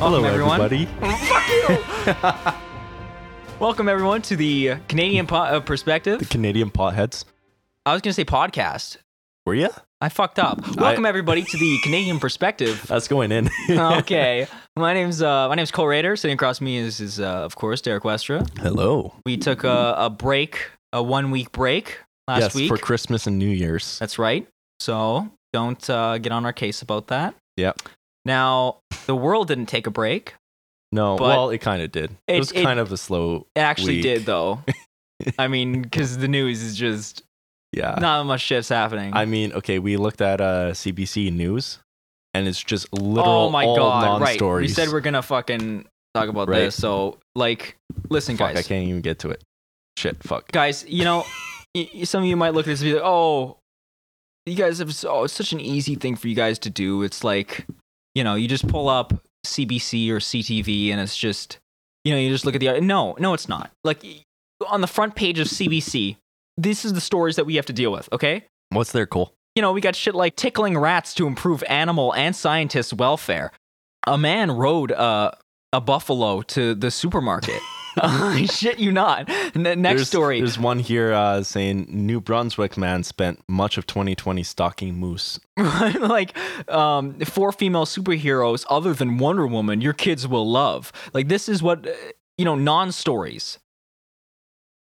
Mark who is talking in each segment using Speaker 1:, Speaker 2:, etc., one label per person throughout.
Speaker 1: Hello,
Speaker 2: Welcome, everyone.
Speaker 1: everybody.
Speaker 2: Welcome, everyone, to the Canadian po- uh, Perspective.
Speaker 1: The Canadian potheads.
Speaker 2: I was going to say podcast.
Speaker 1: Were ya?
Speaker 2: I fucked up. Welcome, everybody, to the Canadian Perspective.
Speaker 1: That's going in.
Speaker 2: okay, my name's uh, my name's Cole Rader. Sitting across me is, is uh, of course Derek Westra.
Speaker 1: Hello.
Speaker 2: We took a, a break, a one week break last
Speaker 1: yes,
Speaker 2: week.
Speaker 1: for Christmas and New Year's.
Speaker 2: That's right. So don't uh, get on our case about that.
Speaker 1: Yep.
Speaker 2: Now the world didn't take a break.
Speaker 1: No,
Speaker 2: but
Speaker 1: well, it kind of did. It,
Speaker 2: it-
Speaker 1: was
Speaker 2: it-
Speaker 1: kind of a slow.
Speaker 2: It actually
Speaker 1: Week.
Speaker 2: did though. I mean, because the news is just
Speaker 1: Yeah.
Speaker 2: not much shit's happening.
Speaker 1: I mean, okay, we looked at uh, CBC News, and it's just literal
Speaker 2: oh my
Speaker 1: all
Speaker 2: god! Right.
Speaker 1: non-stories.
Speaker 2: We said we're gonna fucking talk about
Speaker 1: Right.
Speaker 2: this. So like, listen,
Speaker 1: Fuck, I
Speaker 2: guys.
Speaker 1: can't even get to it. Shit, fuck.
Speaker 2: Guys, you know, y- y- some of you might look at this and be like, "Oh, you guys have so it's such an easy thing for you guys to do. It's like, you know, you just pull up CBC or CTV, and it's just, you know, you just look at the no, no, it's not. Like y- on the front page of CBC, this is the stories that we have to deal with. Okay,
Speaker 1: What's there, Cole?
Speaker 2: you know, we got shit like tickling rats to improve animal and scientist welfare. A man rode uh, a buffalo to the supermarket. I shit you not. N- next
Speaker 1: There's-
Speaker 2: story.
Speaker 1: There's one here uh, saying New Brunswick man spent much of 2020 stalking moose.
Speaker 2: like um, four female superheroes other than Wonder Woman your kids will love. Like this is what, uh, you know, non-stories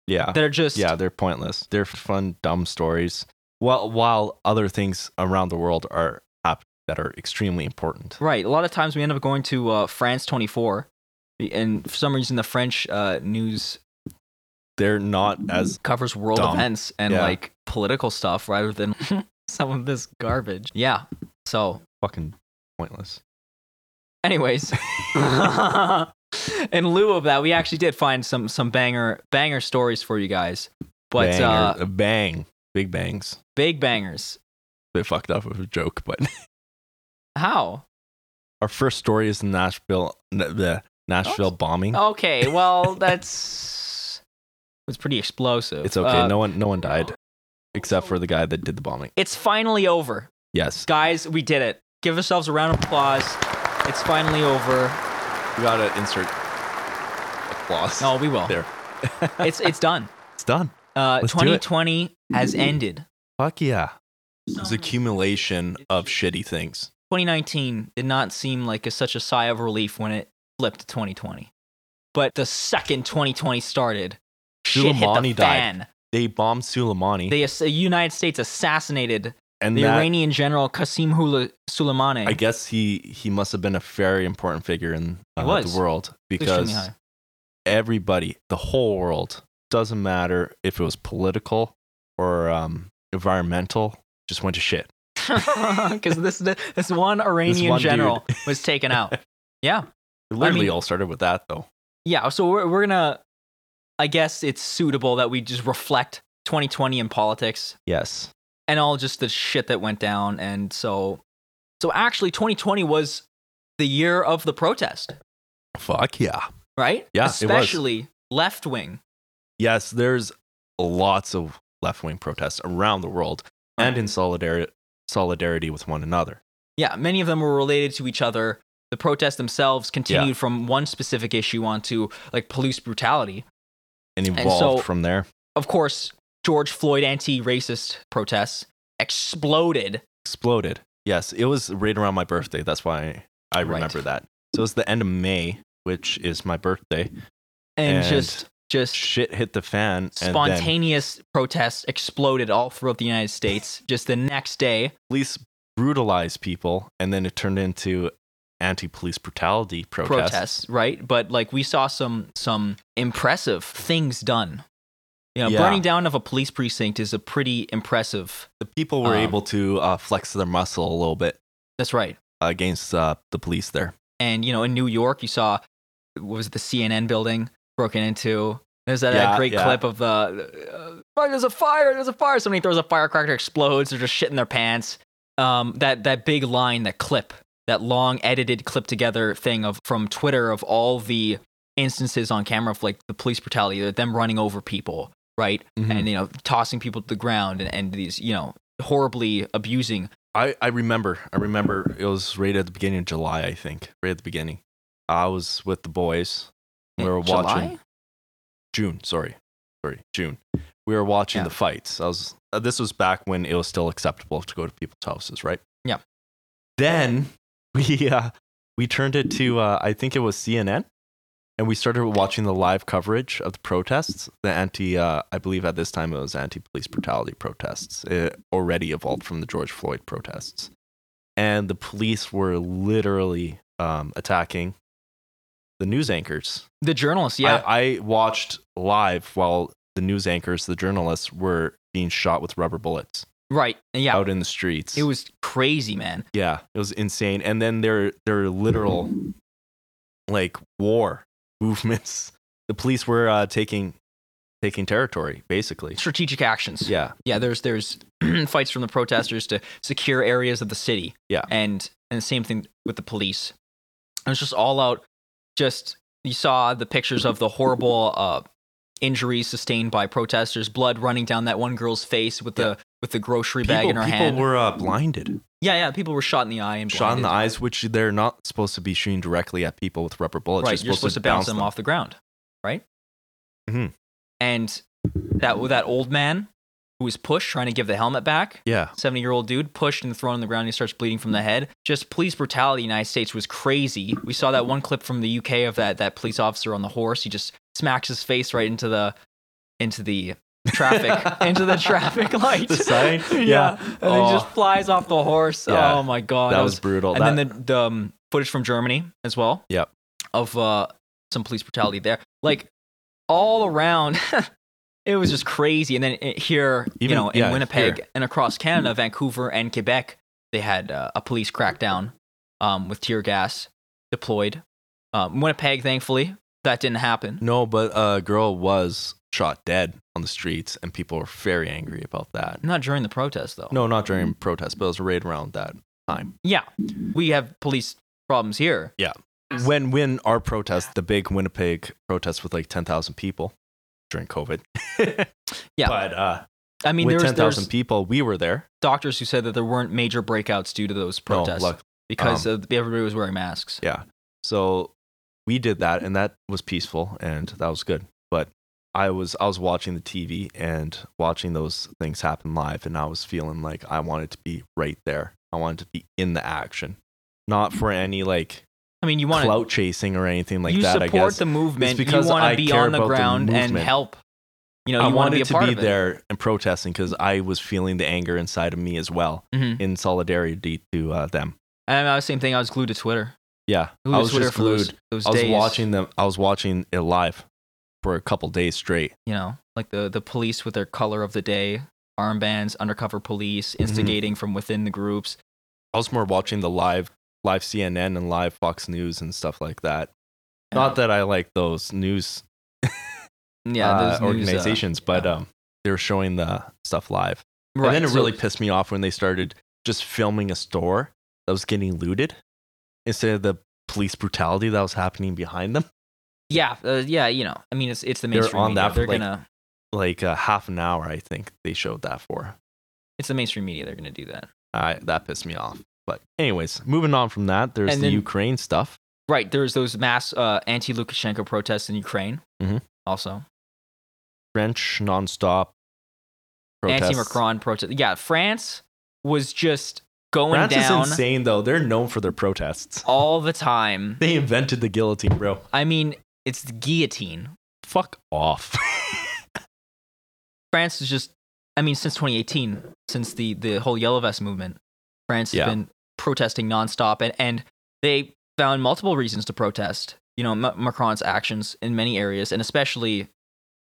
Speaker 1: Yeah.
Speaker 2: that are just
Speaker 1: Yeah, they're pointless. They're fun, dumb stories. While while other things around the world are up that are extremely important.
Speaker 2: Right. A lot of times we end up going to uh, France 24 and for some reason the French uh, news
Speaker 1: They're not as
Speaker 2: covers world
Speaker 1: Dumb.
Speaker 2: events and
Speaker 1: Yeah.
Speaker 2: like political stuff rather than some of this garbage. Yeah. So,
Speaker 1: fucking pointless.
Speaker 2: anyways, in lieu of that, we actually did find some some banger banger stories for you guys, but
Speaker 1: bang,
Speaker 2: uh,
Speaker 1: or- bang, big bangs.
Speaker 2: big bangers.
Speaker 1: They fucked up with a joke, but
Speaker 2: How?
Speaker 1: our first story is Nashville, the, the
Speaker 2: Oh,
Speaker 1: Nashville bombing.
Speaker 2: Okay. Well, that's it's pretty explosive.
Speaker 1: It's okay.
Speaker 2: Uh,
Speaker 1: no one, no one died, except for the guy that did the bombing.
Speaker 2: It's finally over,
Speaker 1: Yes,
Speaker 2: guys. We did it. Give ourselves a round of applause. It's finally over.
Speaker 1: we gotta insert applause.
Speaker 2: No, we will.
Speaker 1: there,
Speaker 2: It's it's done.
Speaker 1: it's done.
Speaker 2: Uh,
Speaker 1: Let's do it.
Speaker 2: 2020 has ended.
Speaker 1: Fuck yeah. It's accumulation of shitty things.
Speaker 2: 2019 did not seem like a, such a sigh of relief when it flipped to 2020. But the second 2020 started, shit hit the
Speaker 1: Soleimani died.
Speaker 2: fan.
Speaker 1: They bombed Suleimani,
Speaker 2: The ass- United States assassinated
Speaker 1: and
Speaker 2: the
Speaker 1: that,
Speaker 2: Iranian general Qasem Hula Soleimani.
Speaker 1: I guess he he must have been a very important figure in
Speaker 2: He
Speaker 1: uh,
Speaker 2: was.
Speaker 1: the world
Speaker 2: Extremely
Speaker 1: because
Speaker 2: high.
Speaker 1: everybody, the whole world, doesn't matter if it was political or um, environmental, just went to shit.
Speaker 2: because this this one Iranian
Speaker 1: one dude.
Speaker 2: general was taken out. Yeah,
Speaker 1: It literally
Speaker 2: mean-
Speaker 1: all started with that though.
Speaker 2: yeah. So we're we're gonna. I guess it's suitable that we just reflect 2020 in politics
Speaker 1: Yes,
Speaker 2: and all just the shit that went down. And so, so actually, 2020 was the year of the protest,
Speaker 1: fuck yeah.
Speaker 2: right?
Speaker 1: Yeah, it was.
Speaker 2: especially left wing.
Speaker 1: Yes, there's lots of left wing protests around the world, and in solidarity solidarity with one another.
Speaker 2: Yeah, many of them were related to each other. The protests themselves continued from one specific issue onto like police brutality.
Speaker 1: and evolved
Speaker 2: so-
Speaker 1: from there.
Speaker 2: Of course, George Floyd anti-racist protests exploded.
Speaker 1: Exploded. Yes, it was right around my birthday. That's why I
Speaker 2: Right.
Speaker 1: remember that. So it was the end of May, which is my birthday.
Speaker 2: and,
Speaker 1: And
Speaker 2: just just
Speaker 1: Shit hit the fan. And then
Speaker 2: spontaneous protests exploded all throughout the United States. just the next day,
Speaker 1: police brutalized people, and then it turned into anti-police brutality protests.
Speaker 2: protests. right? But like we saw some some impressive things done. You know,
Speaker 1: Yeah.
Speaker 2: burning down of a police precinct is a pretty impressive.
Speaker 1: The people were
Speaker 2: Um,
Speaker 1: able to uh, flex their muscle a little bit
Speaker 2: That's right.
Speaker 1: against uh, the police there.
Speaker 2: And you know, in New York, you saw what was it, the CNN building broken into. There's that, that
Speaker 1: Yeah,
Speaker 2: great
Speaker 1: yeah.
Speaker 2: clip of the uh, "Fuck, there's a fire, there's a fire. Somebody throws a firecracker, explodes. They're just shit in their pants. Um, that that big line, that clip, that long edited clip together thing of from Twitter of all the instances on camera of like the police brutality, them running over people, right,
Speaker 1: Mhm.
Speaker 2: and you know tossing people to the ground and, and these you know horribly abusing
Speaker 1: I, I remember. I remember it was right at the beginning of July, I think. Right at the beginning. I was with the boys. We were
Speaker 2: In July?
Speaker 1: watching June. Sorry, sorry, June. We were watching
Speaker 2: Yeah.
Speaker 1: the fights. I was. uh, This was back when it was still acceptable to go to people's houses, right?
Speaker 2: Yeah.
Speaker 1: Then we uh, we turned it to uh, I think it was CNN, and we started watching the live coverage of the protests. The anti, uh, I believe at this time it was anti-police brutality protests. It already evolved from the George Floyd protests, and the police were literally um, attacking the news anchors.
Speaker 2: The journalists, yeah.
Speaker 1: I, I watched live while the news anchors, the journalists, were being shot with rubber bullets
Speaker 2: right. Yeah.
Speaker 1: out in the streets.
Speaker 2: It was crazy, man.
Speaker 1: yeah, it was insane. And then their their literal like war movements. The police were uh, taking taking territory, basically.
Speaker 2: Strategic actions.
Speaker 1: Yeah,
Speaker 2: yeah there's there's fights from the protesters to secure areas of the city
Speaker 1: Yeah.
Speaker 2: and and the same thing with the police it was just all out just you saw the pictures of the horrible uh injuries sustained by protesters blood running down that one girl's face with the with the grocery bag
Speaker 1: people,
Speaker 2: in her
Speaker 1: people
Speaker 2: hand
Speaker 1: were uh, blinded,
Speaker 2: yeah yeah people were shot in the eye and
Speaker 1: shot in the
Speaker 2: blinded.
Speaker 1: eyes, which they're not supposed to be shooting directly at people with rubber bullets.
Speaker 2: right you're supposed, to, bounce them, off the ground right
Speaker 1: Mhm.
Speaker 2: and that that old man who was pushed trying to give the helmet back
Speaker 1: Yeah,
Speaker 2: 70 year old dude pushed and thrown on the ground. And he starts bleeding from the head. Just police brutality in the United States was crazy. We saw that one clip from the UK of that, that police officer on the horse. He just smacks his face right into the into the traffic into the traffic light.
Speaker 1: The sign?
Speaker 2: yeah.
Speaker 1: Yeah.
Speaker 2: and
Speaker 1: Oh.
Speaker 2: then he just flies off the horse.
Speaker 1: Yeah.
Speaker 2: Oh my god,
Speaker 1: that was brutal.
Speaker 2: and
Speaker 1: That-
Speaker 2: then the, the um, footage from Germany as well.
Speaker 1: Yep.
Speaker 2: Of uh, some police brutality there, like all around. it was just crazy. And then i- here, you
Speaker 1: Even-
Speaker 2: know, in
Speaker 1: yeah,
Speaker 2: Winnipeg
Speaker 1: here.
Speaker 2: and across Canada, Vancouver and Quebec, they had uh, a police crackdown um, with tear gas deployed. Um, Winnipeg, thankfully, that didn't happen.
Speaker 1: No, but a girl was shot dead on the streets, and people were very angry about that.
Speaker 2: Not during the protest, though.
Speaker 1: No, not during protest, but it was right around that time.
Speaker 2: Yeah, we have police problems here.
Speaker 1: When when our protest, the big Winnipeg protest with like ten thousand people during COVID.
Speaker 2: Yeah.
Speaker 1: but uh,
Speaker 2: I mean,
Speaker 1: with
Speaker 2: there's,
Speaker 1: ten thousand
Speaker 2: there's
Speaker 1: people, we were there.
Speaker 2: doctors who said that there weren't major breakouts due to those protests.
Speaker 1: No, luck.
Speaker 2: because
Speaker 1: Um,
Speaker 2: of, everybody was wearing masks.
Speaker 1: So we did that, and that was peaceful, and that was good. But I was I was watching the TV and watching those things happen live, and I was feeling like I wanted to be right there. I wanted to be in the action, not for any like
Speaker 2: I mean, you want to
Speaker 1: clout chasing or anything like
Speaker 2: you
Speaker 1: that. I
Speaker 2: support
Speaker 1: guess
Speaker 2: the movement. You
Speaker 1: because
Speaker 2: want
Speaker 1: I
Speaker 2: to be
Speaker 1: care
Speaker 2: on the
Speaker 1: about the
Speaker 2: ground and
Speaker 1: movement.
Speaker 2: help. You know,
Speaker 1: I
Speaker 2: you want
Speaker 1: wanted
Speaker 2: to be a part
Speaker 1: to be
Speaker 2: of it.
Speaker 1: there and protesting because I was feeling the anger inside of me as well,
Speaker 2: Mhm.
Speaker 1: in solidarity to uh, them.
Speaker 2: And I was same thing. I was glued to Twitter.
Speaker 1: Yeah,
Speaker 2: Glued
Speaker 1: I
Speaker 2: to
Speaker 1: was
Speaker 2: Twitter
Speaker 1: just
Speaker 2: for
Speaker 1: glued.
Speaker 2: those, those
Speaker 1: I was
Speaker 2: days.
Speaker 1: watching them. I was watching it live for a couple days straight.
Speaker 2: You know, like the the police with their color of the day armbands, undercover police
Speaker 1: Mm-hmm.
Speaker 2: instigating from within the groups.
Speaker 1: I was more watching the live live CNN and live Fox News and stuff like that. Not that I like those news,
Speaker 2: yeah,
Speaker 1: uh,
Speaker 2: those news, uh,
Speaker 1: organizations, but um, they were showing the stuff live.
Speaker 2: right.
Speaker 1: And then it
Speaker 2: so-
Speaker 1: really pissed me off when they started just filming a store that was getting looted instead of the police brutality that was happening behind them.
Speaker 2: yeah, uh, yeah. You know, I mean, it's it's the
Speaker 1: They're
Speaker 2: mainstream.
Speaker 1: on
Speaker 2: media.
Speaker 1: that for,
Speaker 2: They're
Speaker 1: like-
Speaker 2: gonna.
Speaker 1: Like uh, half an hour, I think they showed that for.
Speaker 2: It's the mainstream media. They're gonna do that.
Speaker 1: I that pissed me off. But anyways, moving on from that, there's
Speaker 2: And
Speaker 1: the
Speaker 2: then-
Speaker 1: Ukraine stuff.
Speaker 2: Right. There's those mass uh, anti Lukashenko protests in Ukraine.
Speaker 1: Mhm.
Speaker 2: Also,
Speaker 1: French nonstop protests.
Speaker 2: anti Macron protest. Yeah, France was just going
Speaker 1: France
Speaker 2: down
Speaker 1: is insane though. They're known for their protests.
Speaker 2: all the time.
Speaker 1: They invented the guillotine, bro.
Speaker 2: I mean, it's the guillotine.
Speaker 1: Fuck off.
Speaker 2: France is just. I mean, since 2018, since the the whole Yellow Vest movement, France
Speaker 1: Yeah.
Speaker 2: has been protesting nonstop, and and they found multiple reasons to protest. You know, M- Macron's actions in many areas, and especially, I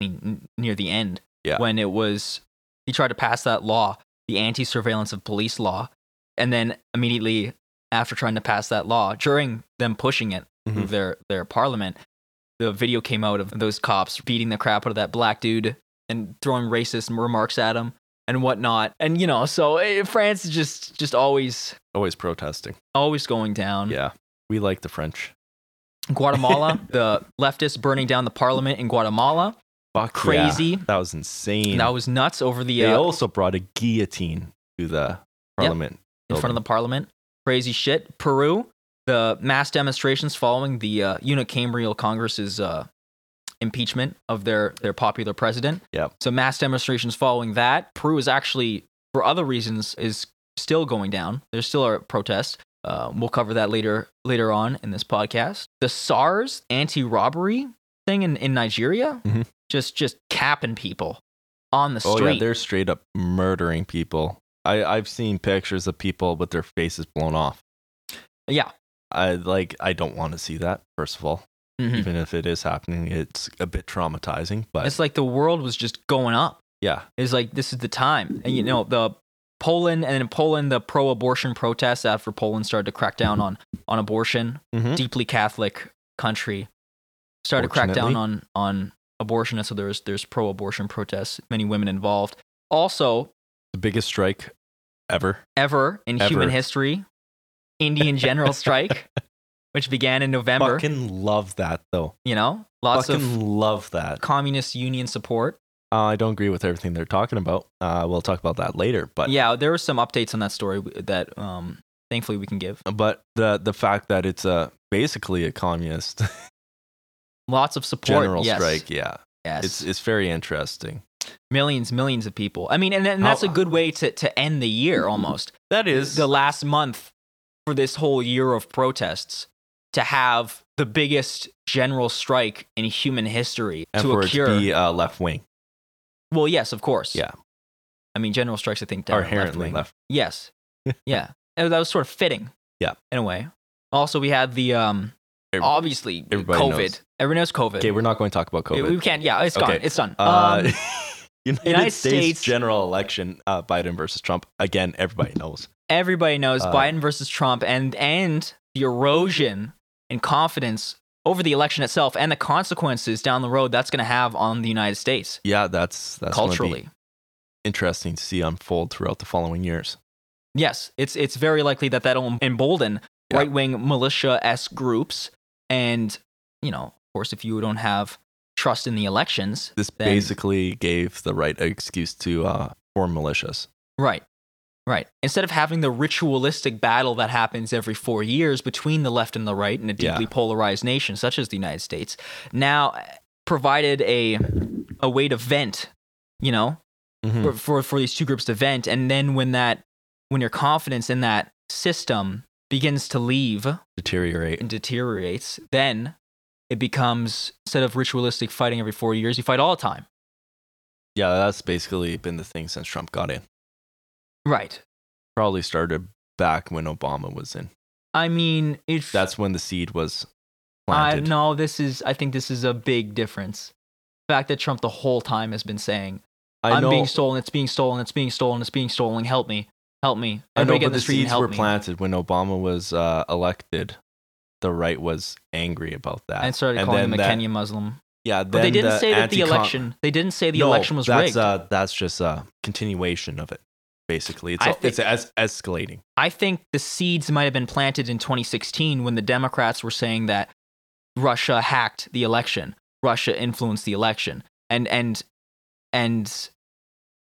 Speaker 2: mean, n- near the end,
Speaker 1: Yeah.
Speaker 2: when it was he tried to pass that law, the anti-surveillance of police law, and then immediately after trying to pass that law, during them pushing it through
Speaker 1: Mhm.
Speaker 2: their their parliament, the video came out of those cops beating the crap out of that black dude and throwing racist remarks at him and whatnot. And you know, so eh, France is just just always
Speaker 1: Always protesting.
Speaker 2: always going down.
Speaker 1: Yeah. We like the French.
Speaker 2: Guatemala, the leftists burning down the parliament in Guatemala,
Speaker 1: Fuck yeah.
Speaker 2: crazy.
Speaker 1: That was insane.
Speaker 2: That was nuts over the
Speaker 1: They
Speaker 2: uh,
Speaker 1: also brought a guillotine to the parliament.
Speaker 2: in front of the parliament. Crazy shit. Peru, the mass demonstrations following the uh, Unicambrial Congress's uh, impeachment of their their popular president.
Speaker 1: Yep.
Speaker 2: So mass demonstrations following that. Peru is actually, for other reasons, is still going down. There still are protests. Uh, we'll cover that later later on in this podcast. The SARS anti-robbery thing in, in Nigeria,
Speaker 1: Mhm.
Speaker 2: just just capping people on the
Speaker 1: Oh
Speaker 2: street.
Speaker 1: yeah, they're straight up murdering people. I I've seen pictures of people with their faces blown off.
Speaker 2: Yeah.
Speaker 1: I like I don't want to see that. First of all,
Speaker 2: Mhm.
Speaker 1: even if it is happening, it's a bit traumatizing. But
Speaker 2: It's like the world was just going up.
Speaker 1: yeah,
Speaker 2: It's like this is the time, and you know the Poland and in Poland the pro-abortion protests after Poland started to crack down on on abortion.
Speaker 1: Mhm.
Speaker 2: Deeply Catholic country started to crack down on on abortion, and so there's there's pro-abortion protests. Many women involved. Also,
Speaker 1: the biggest strike ever.
Speaker 2: ever in human
Speaker 1: Ever.
Speaker 2: history, Indian general strike, which began in November.
Speaker 1: Fucking love that though.
Speaker 2: you know, lots
Speaker 1: Fucking
Speaker 2: of
Speaker 1: love that.
Speaker 2: communist union support.
Speaker 1: Uh, I don't agree with everything they're talking about. Uh, we'll talk about that later. But
Speaker 2: yeah, there were some updates on that story w- that um, thankfully we can give.
Speaker 1: but the the fact that it's a basically a communist
Speaker 2: Lots of support.
Speaker 1: general
Speaker 2: yes,
Speaker 1: strike, yeah,
Speaker 2: Yes.
Speaker 1: it's it's very interesting.
Speaker 2: millions, millions of people. I mean, and, and that's a
Speaker 1: How-
Speaker 2: good way to, to end the year almost.
Speaker 1: That is
Speaker 2: The last month for this whole year of protests to have the biggest general strike in human history
Speaker 1: and
Speaker 2: to
Speaker 1: for
Speaker 2: a
Speaker 1: it
Speaker 2: cure.
Speaker 1: to be uh, left wing
Speaker 2: well, yes, of course.
Speaker 1: Yeah.
Speaker 2: I mean, general strikes, I think,
Speaker 1: or
Speaker 2: down
Speaker 1: inherently left.
Speaker 2: Yes. yeah. And That was sort of fitting.
Speaker 1: Yeah.
Speaker 2: In a way. Also, we had the um,
Speaker 1: Every-
Speaker 2: obviously
Speaker 1: everybody
Speaker 2: COVID.
Speaker 1: knows.
Speaker 2: Everyone knows COVID.
Speaker 1: Okay, we're not going to talk about
Speaker 2: We-
Speaker 1: COVID.
Speaker 2: We can't. Yeah, it's gone.
Speaker 1: Okay.
Speaker 2: It's done.
Speaker 1: uh,
Speaker 2: um,
Speaker 1: United,
Speaker 2: United
Speaker 1: States,
Speaker 2: States-
Speaker 1: general election, uh, Biden versus Trump. Again, everybody knows.
Speaker 2: everybody knows
Speaker 1: uh,
Speaker 2: Biden versus Trump, and and the erosion in confidence over the election itself, and the consequences down the road that's going to have on the United States
Speaker 1: Yeah, that's that's gonna be
Speaker 2: culturally.
Speaker 1: interesting to see unfold throughout the following years.
Speaker 2: Yes, it's it's very likely that that'll embolden
Speaker 1: Yeah.
Speaker 2: right wing militia s groups, and you know, of course, if you don't have trust in the elections,
Speaker 1: This
Speaker 2: Then-
Speaker 1: basically gave the right excuse to uh, form militias.
Speaker 2: Right. Right. Instead of having the ritualistic battle that happens every four years between the left and the right in a
Speaker 1: Yeah.
Speaker 2: deeply polarized nation such as the United States, now eh, provided a a way to vent, you know,
Speaker 1: Hmm.
Speaker 2: for, for for these two groups to vent, and then when that when your confidence in that system begins to leave
Speaker 1: Deteriorate.
Speaker 2: and deteriorates, then it becomes instead of ritualistic fighting every four years, you fight all the time.
Speaker 1: Yeah, that's basically been the thing since Trump got in.
Speaker 2: Right.
Speaker 1: Probably started back when Obama was in.
Speaker 2: I mean, if
Speaker 1: That's when the seed was
Speaker 2: I
Speaker 1: planted.
Speaker 2: no, this is I think this is a big difference. The fact that Trump the whole time has been saying,
Speaker 1: I
Speaker 2: I'm
Speaker 1: know,
Speaker 2: being stolen, it's being stolen, it's being stolen, it's being stolen, help me, help me.
Speaker 1: I know,
Speaker 2: Everybody get
Speaker 1: but
Speaker 2: in
Speaker 1: the,
Speaker 2: the street and
Speaker 1: seeds
Speaker 2: help
Speaker 1: were
Speaker 2: me.
Speaker 1: planted when Obama was uh, elected. The right was angry about that.
Speaker 2: And started
Speaker 1: And
Speaker 2: calling him a
Speaker 1: then that-
Speaker 2: Kenya Muslim.
Speaker 1: Yeah, then
Speaker 2: But they didn't
Speaker 1: the
Speaker 2: say that the
Speaker 1: anti-com-
Speaker 2: election they didn't say the
Speaker 1: No,
Speaker 2: election was
Speaker 1: that's,
Speaker 2: rigged.
Speaker 1: Uh, that's just a continuation of it. Basically, it's
Speaker 2: I
Speaker 1: a-
Speaker 2: think-
Speaker 1: it's es- escalating.
Speaker 2: I think the seeds might have been planted in 2016 when the Democrats were saying that Russia hacked the election, Russia influenced the election, and and and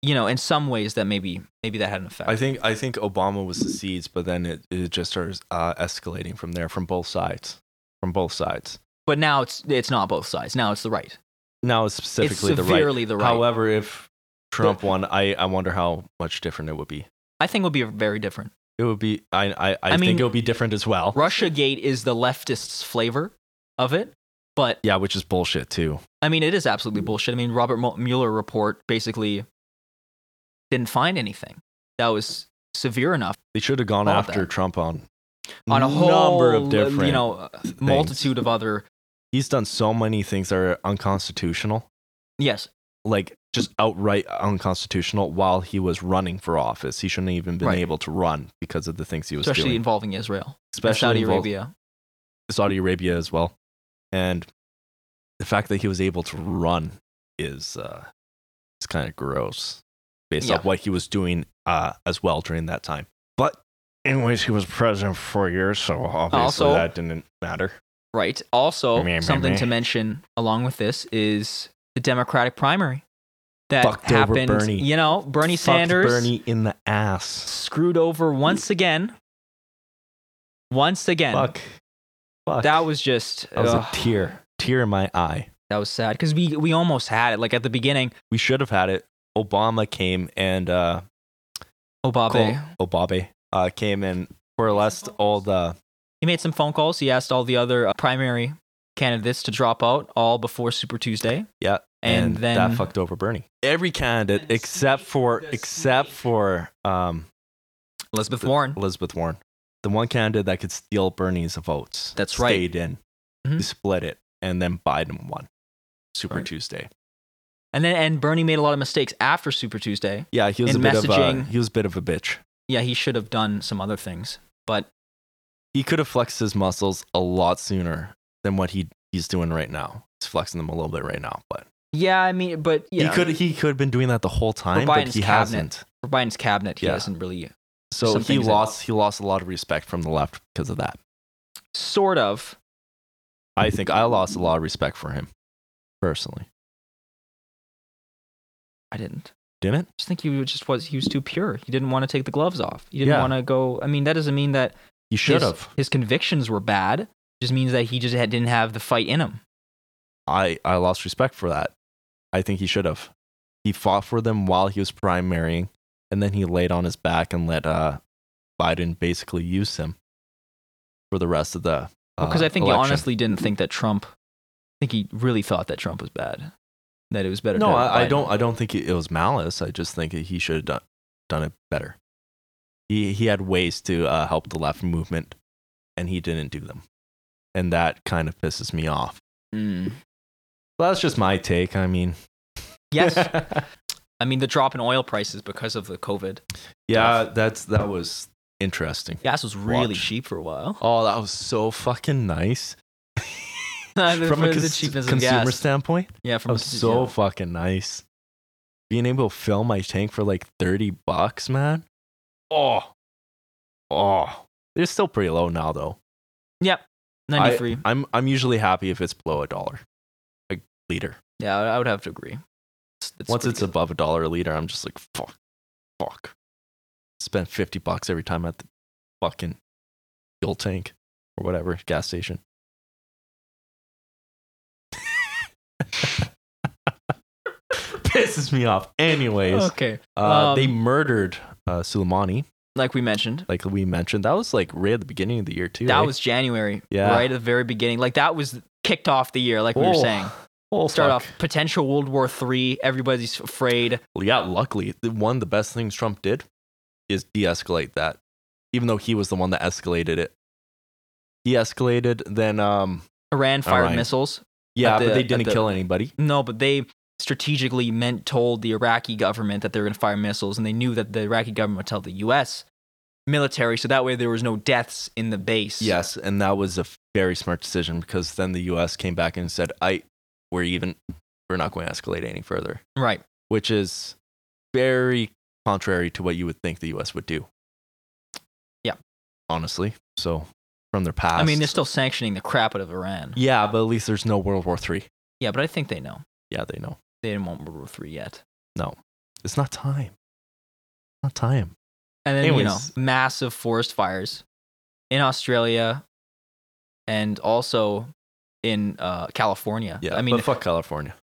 Speaker 2: you know in some ways that maybe maybe that had an effect.
Speaker 1: I think I think Obama was the seeds, but then it, it just starts uh, escalating from there, from both sides, from both sides.
Speaker 2: but now it's it's not both sides. Now it's the right.
Speaker 1: Now it's specifically
Speaker 2: it's
Speaker 1: the right.
Speaker 2: severely the right.
Speaker 1: However, if Trump won, I, I wonder how much different it would be.
Speaker 2: I think it would be very different.
Speaker 1: It would be. I I, I, think
Speaker 2: mean-
Speaker 1: it would be different as well.
Speaker 2: Russia Gate is the leftists' flavor of it, but
Speaker 1: Yeah, which is bullshit too.
Speaker 2: I mean it is absolutely bullshit. I mean Robert Mu- Mueller report basically didn't find anything that was severe enough
Speaker 1: They should have gone
Speaker 2: All
Speaker 1: after
Speaker 2: that.
Speaker 1: Trump on
Speaker 2: on a whole
Speaker 1: number of different.
Speaker 2: you know multitude of other
Speaker 1: he's done so many things that are unconstitutional.
Speaker 2: yes
Speaker 1: like just outright unconstitutional while he was running for office. He shouldn't even been
Speaker 2: Right.
Speaker 1: able to run because of the things he was
Speaker 2: especially
Speaker 1: doing,
Speaker 2: involving Israel, and
Speaker 1: especially
Speaker 2: Saudi
Speaker 1: involved-
Speaker 2: Arabia.
Speaker 1: Saudi Arabia as well. And the fact that he was able to run is uh, it's kind of gross based
Speaker 2: Yeah.
Speaker 1: off what he was doing uh, as well during that time. But anyways, he was president for four years, so obviously
Speaker 2: Also-
Speaker 1: that didn't matter.
Speaker 2: Right. Also,
Speaker 1: Meh, meh,
Speaker 2: something
Speaker 1: meh.
Speaker 2: to mention along with this is the Democratic primary that
Speaker 1: Fucked over
Speaker 2: happened.
Speaker 1: Bernie.
Speaker 2: You know, Bernie
Speaker 1: Fucked
Speaker 2: Sanders
Speaker 1: Bernie in the ass.
Speaker 2: screwed over once again Once again,
Speaker 1: Fuck. Fuck.
Speaker 2: that was just
Speaker 1: That was
Speaker 2: ugh,
Speaker 1: a tear. Tear in my eye.
Speaker 2: that was sad because we we almost had it. Like at the beginning,
Speaker 1: We should have had it. Obama came and uh
Speaker 2: Obabe
Speaker 1: Col- Obabe uh came and burlesqued all the
Speaker 2: he made some phone calls. He asked all the other uh, primary candidates to drop out all before Super Tuesday.
Speaker 1: yeah
Speaker 2: And then-
Speaker 1: that fucked over Bernie. Every candidate
Speaker 2: The
Speaker 1: except
Speaker 2: snake-
Speaker 1: for
Speaker 2: the
Speaker 1: except
Speaker 2: snake.
Speaker 1: for um
Speaker 2: Elizabeth Warren.
Speaker 1: Elizabeth Warren. The one candidate that could steal Bernie's votes.
Speaker 2: That's right.
Speaker 1: stayed in.
Speaker 2: Mhm.
Speaker 1: He split it. And then Biden won. Super
Speaker 2: Right.
Speaker 1: Tuesday.
Speaker 2: And then and Bernie made a lot of mistakes after Super Tuesday.
Speaker 1: Yeah, he was
Speaker 2: In
Speaker 1: a bit of
Speaker 2: messaging-
Speaker 1: a he was a bit of a bitch.
Speaker 2: Yeah, he should have done some other things. But
Speaker 1: He could have flexed his muscles a lot sooner than what he he's doing right now. He's flexing them a little bit right now, but
Speaker 2: yeah, I mean, but yeah,
Speaker 1: he could he could have been doing that the whole time, but
Speaker 2: Biden's
Speaker 1: he
Speaker 2: cabinet.
Speaker 1: hasn't.
Speaker 2: for Biden's cabinet, he
Speaker 1: Yeah.
Speaker 2: hasn't really
Speaker 1: So
Speaker 2: Some
Speaker 1: he
Speaker 2: things that-
Speaker 1: lost he lost a lot of respect from the left because of that.
Speaker 2: sort of.
Speaker 1: I think I lost a lot of respect for him personally.
Speaker 2: I didn't.
Speaker 1: Didn't?
Speaker 2: I just think he was- just was he was too pure. He didn't want to take the gloves off. He didn't
Speaker 1: Yeah.
Speaker 2: want to go. I mean, that doesn't mean that
Speaker 1: He should
Speaker 2: his-
Speaker 1: have.
Speaker 2: His, convictions were bad. Just means that he just had, didn't have the fight in him.
Speaker 1: I, I lost respect for that. I think he should have. He fought for them while he was primarying, and then he laid on his back and let uh, Biden basically use him for the rest of the.
Speaker 2: Because
Speaker 1: uh,
Speaker 2: I think
Speaker 1: election.
Speaker 2: he honestly didn't think that Trump. I think he really thought that Trump was bad. That it was better.
Speaker 1: No,
Speaker 2: to
Speaker 1: I, I
Speaker 2: Biden.
Speaker 1: don't. I don't think it, it was malice. I just think he should have done, done it better. He he had ways to uh, help the left movement, and he didn't do them, and that kind of pisses me off.
Speaker 2: Mm.
Speaker 1: Well, that's just my take. I mean,
Speaker 2: Yes, I mean the drop in oil prices because of the COVID.
Speaker 1: yeah, that's that was interesting.
Speaker 2: Gas was really
Speaker 1: Watch.
Speaker 2: cheap for a while.
Speaker 1: Oh, that was so fucking nice from
Speaker 2: From
Speaker 1: a
Speaker 2: the
Speaker 1: cons-
Speaker 2: cheapness of
Speaker 1: consumer
Speaker 2: gas.
Speaker 1: standpoint.
Speaker 2: yeah,
Speaker 1: That
Speaker 2: from
Speaker 1: was so fucking nice. Being able to fill my tank for like thirty bucks, man. Oh, oh, they're still pretty low now though. I-
Speaker 2: ninety three.
Speaker 1: I'm I'm usually happy if it's below a dollar a liter.
Speaker 2: Yeah, I I would have to agree. It's-
Speaker 1: Once
Speaker 2: pretty
Speaker 1: it's
Speaker 2: good.
Speaker 1: above a dollar a liter, I'm just like fuck, fuck. Spend fifty bucks every time at the fucking fuel tank or whatever gas station. Pisses me off. Anyways,
Speaker 2: okay,
Speaker 1: uh,
Speaker 2: um,
Speaker 1: they murdered uh, Soleimani,
Speaker 2: like we mentioned,
Speaker 1: like we mentioned. That was like right at the beginning of the year too.
Speaker 2: that
Speaker 1: eh?
Speaker 2: was January,
Speaker 1: Yeah.
Speaker 2: right at the very beginning. Like that was kicked off the year, like we were
Speaker 1: Oh,
Speaker 2: saying.
Speaker 1: oh,
Speaker 2: Start
Speaker 1: fuck.
Speaker 2: off potential World War Three. Everybody's afraid.
Speaker 1: Well, yeah, luckily, the- one of the best things Trump did is de escalate that, even though he was the one that escalated it. He escalated, then, um,
Speaker 2: Iran fired
Speaker 1: Alright.
Speaker 2: missiles.
Speaker 1: yeah,
Speaker 2: At the-
Speaker 1: but they
Speaker 2: at
Speaker 1: didn't
Speaker 2: the-
Speaker 1: kill anybody.
Speaker 2: No, but they strategically meant told the Iraqi government that they were going to fire missiles, and they knew that the Iraqi government would tell the U.S. military, so that way there was no deaths in the base.
Speaker 1: Yes, and that was a very smart decision because then the U.S. came back and said, I, we're even, we're not going to escalate any further,
Speaker 2: Right.
Speaker 1: which is very contrary to what you would think the U.S. would do.
Speaker 2: Yeah.
Speaker 1: Honestly. So, from their past.
Speaker 2: I mean, they're still sanctioning the crap out of Iran. Yeah,
Speaker 1: yeah, but at least there's no World War Three.
Speaker 2: but I think they know.
Speaker 1: Yeah, they know.
Speaker 2: They didn't want World War Three yet.
Speaker 1: It's not time. Not time.
Speaker 2: And then,
Speaker 1: Anyways.
Speaker 2: you know, massive forest fires in Australia and also in uh, California. I mean,
Speaker 1: fuck California.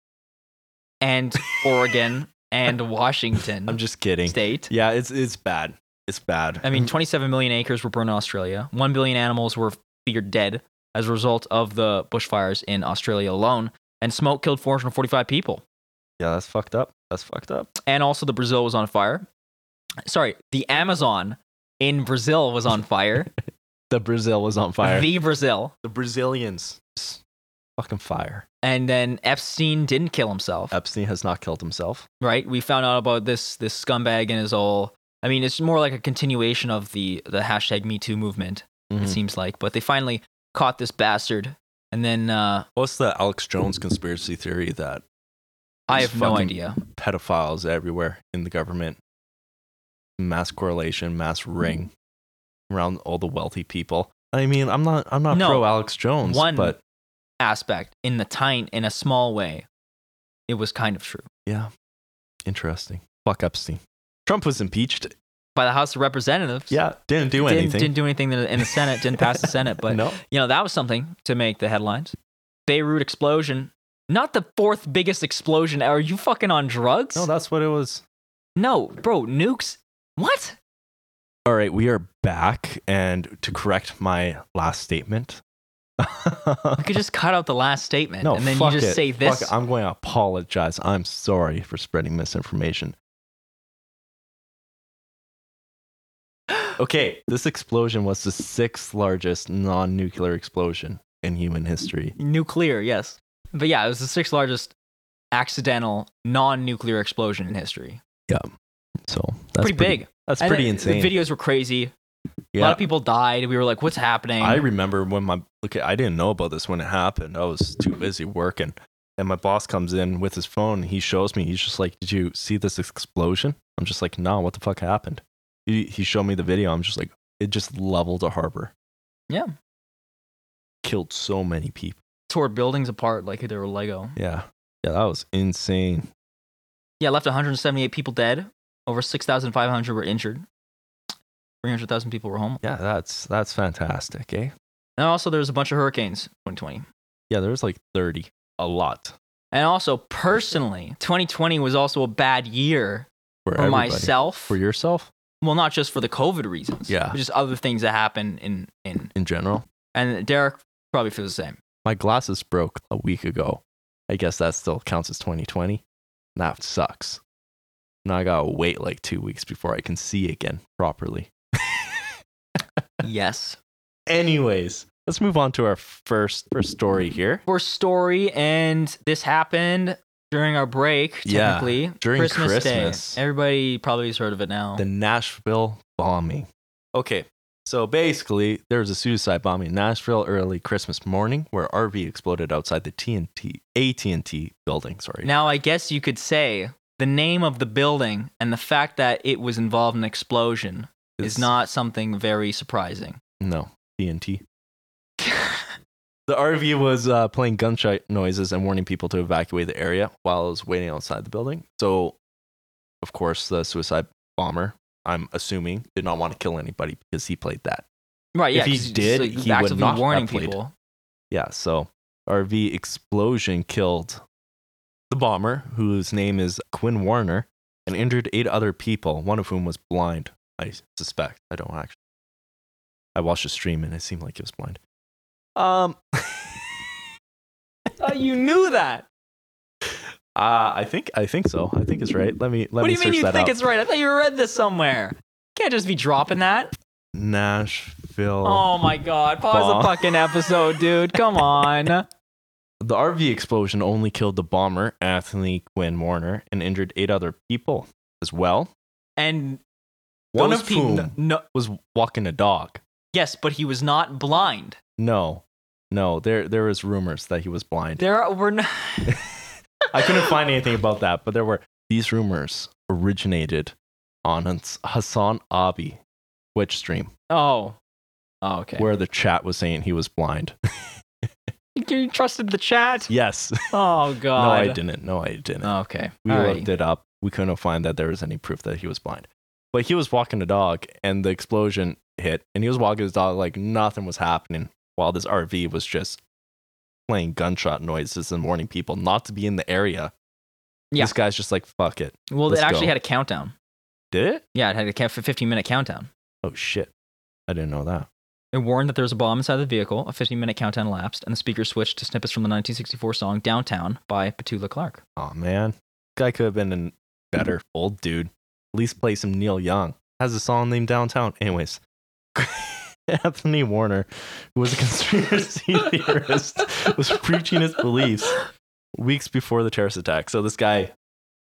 Speaker 2: and Oregon and Washington
Speaker 1: I'm just kidding.
Speaker 2: state.
Speaker 1: Yeah, it's it's bad. It's bad.
Speaker 2: I mean, 27 million acres were burned in Australia. 1 billion animals were figured dead as a result of the bushfires in Australia alone. And smoke killed 445 people.
Speaker 1: yeah, that's fucked up. That's fucked up.
Speaker 2: and also the Brazil was on fire. Sorry, the Amazon in Brazil was on fire.
Speaker 1: The Brazil was on fire.
Speaker 2: The Brazil.
Speaker 1: The Brazilians. Psst. Fucking fire.
Speaker 2: And then Epstein didn't kill himself,
Speaker 1: Epstein has not killed himself.
Speaker 2: right? We found out about this this scumbag and his whole. I mean, it's more like a continuation of the the hashtag Me Too movement.
Speaker 1: Mm-hmm.
Speaker 2: It seems like, but they finally caught this bastard, and then uh,
Speaker 1: What's the Alex Jones conspiracy theory that
Speaker 2: I
Speaker 1: It's
Speaker 2: have no
Speaker 1: fucking-
Speaker 2: idea.
Speaker 1: pedophiles everywhere in the government, mass correlation, mass
Speaker 2: Hmm.
Speaker 1: ring around all the wealthy people? I mean, I'm not I'm not
Speaker 2: No.
Speaker 1: pro Alex Jones,
Speaker 2: One
Speaker 1: but
Speaker 2: aspect in the tiny, in a small way, it was kind of true.
Speaker 1: Yeah. Interesting. Fuck Epstein. Trump was impeached
Speaker 2: by the House of Representatives.
Speaker 1: Yeah, didn't do
Speaker 2: didn't,
Speaker 1: anything.
Speaker 2: didn't do anything in the in the Senate. Didn't pass the Senate, but
Speaker 1: no,
Speaker 2: you know that was something to make the headlines. Beirut explosion, not the fourth biggest explosion. Are you fucking on drugs?
Speaker 1: no, that's what it was.
Speaker 2: No, bro, nukes. What?
Speaker 1: All right, we are back, and to correct my last statement,
Speaker 2: You could just cut out the last statement
Speaker 1: no,
Speaker 2: and then
Speaker 1: fuck
Speaker 2: you just
Speaker 1: it.
Speaker 2: say
Speaker 1: Fuck
Speaker 2: this.
Speaker 1: it. I'm going to apologize. I'm sorry for spreading misinformation. Okay, this explosion was the sixth largest non-nuclear explosion in human history.
Speaker 2: Nuclear, yes. But yeah, it was the sixth largest accidental non-nuclear explosion in history.
Speaker 1: So that's
Speaker 2: pretty, big.
Speaker 1: That's
Speaker 2: And
Speaker 1: pretty
Speaker 2: the-
Speaker 1: insane.
Speaker 2: The videos were crazy. A
Speaker 1: yeah,
Speaker 2: lot of people died. We were like, "What's happening?"
Speaker 1: I remember when my look. I didn't know about this when it happened. I was too busy working, and my boss comes in with his phone. And he shows me. He's just like, "Did you see this explosion?" I'm just like, "No, what the fuck happened?" He he showed me the video. I'm just like, "It just leveled a harbor."
Speaker 2: Yeah.
Speaker 1: killed so many people.
Speaker 2: Tore buildings apart like they were Lego.
Speaker 1: Yeah, yeah, that was insane.
Speaker 2: Yeah, left 178 people dead. Over 6,500 were injured. 300,000 people were homeless.
Speaker 1: Yeah, that's that's fantastic, eh?
Speaker 2: And also, there was a bunch of hurricanes in 2020.
Speaker 1: Yeah, there was like thirty, a lot
Speaker 2: And also, personally, 2020 was also a bad year
Speaker 1: for,
Speaker 2: for
Speaker 1: everybody.
Speaker 2: myself.
Speaker 1: for yourself
Speaker 2: well, not just for the COVID reasons.
Speaker 1: Yeah.
Speaker 2: but Just other things that happen in, in.
Speaker 1: in general.
Speaker 2: And Derek probably feels the same.
Speaker 1: my glasses broke a week ago. I guess that still counts as 2020. That sucks. Now I gotta wait like two weeks before I can see again properly.
Speaker 2: yes.
Speaker 1: Anyways, let's move on to our first first story here.
Speaker 2: For story, and this happened during our break,
Speaker 1: Yeah,
Speaker 2: technically.
Speaker 1: during
Speaker 2: Day.
Speaker 1: Christmas.
Speaker 2: Everybody probably has heard of it now.
Speaker 1: The Nashville bombing. Okay, so basically, there was a suicide bombing in Nashville early Christmas morning where RV exploded outside the TNT AT&T building. Sorry.
Speaker 2: Now, I guess you could say the name of the building and the fact that it was involved in an explosion is
Speaker 1: It's-
Speaker 2: not something very surprising.
Speaker 1: No, TNT. The RV was uh, playing gunshot noises and warning people to evacuate the area while it was waiting outside the building. So, of course, the suicide bomber, I'm assuming, did not want to kill anybody because he played that.
Speaker 2: right, yeah.
Speaker 1: If he
Speaker 2: 'cause it's
Speaker 1: did,
Speaker 2: like
Speaker 1: he would
Speaker 2: actively
Speaker 1: not have
Speaker 2: warning
Speaker 1: played.
Speaker 2: people.
Speaker 1: Yeah, so RV explosion killed the bomber, whose name is Quinn Warner, and injured eight other people, one of whom was blind, I suspect. I don't actually. I watched a stream and it seemed like he was blind. Um,
Speaker 2: Oh, you knew that.
Speaker 1: uh, I think I think so. I think it's right. Let me let
Speaker 2: what do
Speaker 1: me
Speaker 2: you mean
Speaker 1: search
Speaker 2: you
Speaker 1: that
Speaker 2: think
Speaker 1: up.
Speaker 2: it's right? I thought you read this somewhere. Can't just be dropping that.
Speaker 1: Nashville.
Speaker 2: Oh my god. Pause
Speaker 1: Bomb.
Speaker 2: the fucking episode, dude. Come on.
Speaker 1: The RV explosion only killed the bomber, Anthony Quinn Warner, and injured eight other people as well.
Speaker 2: And
Speaker 1: One
Speaker 2: those
Speaker 1: of
Speaker 2: people,
Speaker 1: whom
Speaker 2: no,
Speaker 1: was walking a dog.
Speaker 2: yes, but he was not blind.
Speaker 1: No, no, there there is rumors that he was blind.
Speaker 2: There were no,
Speaker 1: I couldn't find anything about that, but there were these rumors originated on Hans- Hassan Abi, Twitch stream,
Speaker 2: Oh. Oh, okay.
Speaker 1: where the chat was saying he was blind.
Speaker 2: You trusted the chat?
Speaker 1: yes,
Speaker 2: Oh
Speaker 1: no,
Speaker 2: god.
Speaker 1: I didn't. No, I didn't.
Speaker 2: Oh, Okay.
Speaker 1: We
Speaker 2: All
Speaker 1: looked it up. We couldn't find that there was any proof that he was blind. But he was walking a dog and the explosion hit and he was walking his dog like nothing was happening while this RV was just playing gunshot noises and warning people not to be in the area.
Speaker 2: Yeah.
Speaker 1: This guy's just like, fuck it.
Speaker 2: Well,
Speaker 1: Let's
Speaker 2: it actually
Speaker 1: go.
Speaker 2: had a countdown.
Speaker 1: Did it?
Speaker 2: Yeah, it had a ca- 15 minute countdown.
Speaker 1: Oh shit. I didn't know that.
Speaker 2: It warned that there was a bomb inside the vehicle. A 15 minute countdown elapsed, and the speaker switched to snippets from the 1964 song Downtown by Petula Clark.
Speaker 1: Oh man. Guy could have been a better old dude. At least play some Neil Young. Has a song named Downtown. Anyways. Anthony Warner, who was a conspiracy theorist, was preaching his beliefs weeks before the terrorist attack. So this guy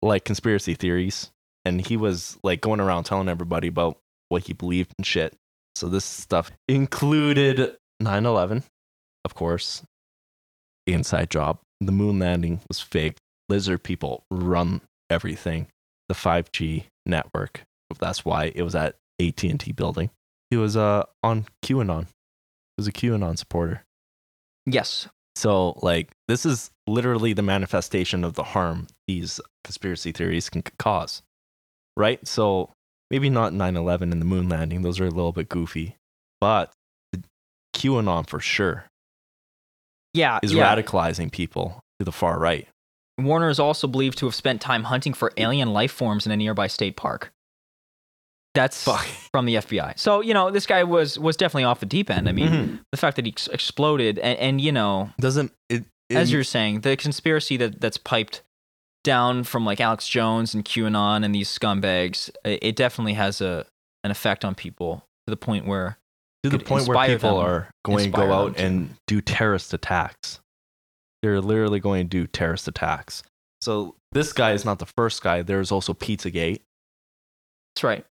Speaker 1: like conspiracy theories and he was like going around telling everybody about what he believed and shit. So this stuff included 9/11, of course, the inside job. The moon landing was fake. Lizard people run everything. The 5G network. That's why it was at AT&T building. He was uh on QAnon. He was a QAnon supporter.
Speaker 2: Yes.
Speaker 1: So, like, this is literally the manifestation of the harm these conspiracy theories can c- cause, right? So, maybe not 9-11 and the moon landing those are a little bit goofy but the qanon for sure
Speaker 2: Yeah,
Speaker 1: is
Speaker 2: yeah.
Speaker 1: radicalizing people to the far right
Speaker 2: Warner is also believed to have spent time hunting for alien life forms in a nearby state park. That's
Speaker 1: fuck
Speaker 2: from the FBI. So you know this guy was was definitely off the deep end. I mean,
Speaker 1: Mhm.
Speaker 2: the fact that he ex- exploded, and, and you know,
Speaker 1: doesn't it, it
Speaker 2: as you're saying, the conspiracy that that's piped down from like Alex Jones and QAnon and these scumbags, it, it definitely has a an effect on people to the point where
Speaker 1: to the
Speaker 2: could
Speaker 1: point where
Speaker 2: inspire
Speaker 1: people
Speaker 2: them-
Speaker 1: are going to go
Speaker 2: inspire them
Speaker 1: out
Speaker 2: to-
Speaker 1: and do terrorist attacks. They're literally going to do terrorist attacks. So this guy is not the first guy. There's also Pizzagate,
Speaker 2: that's right.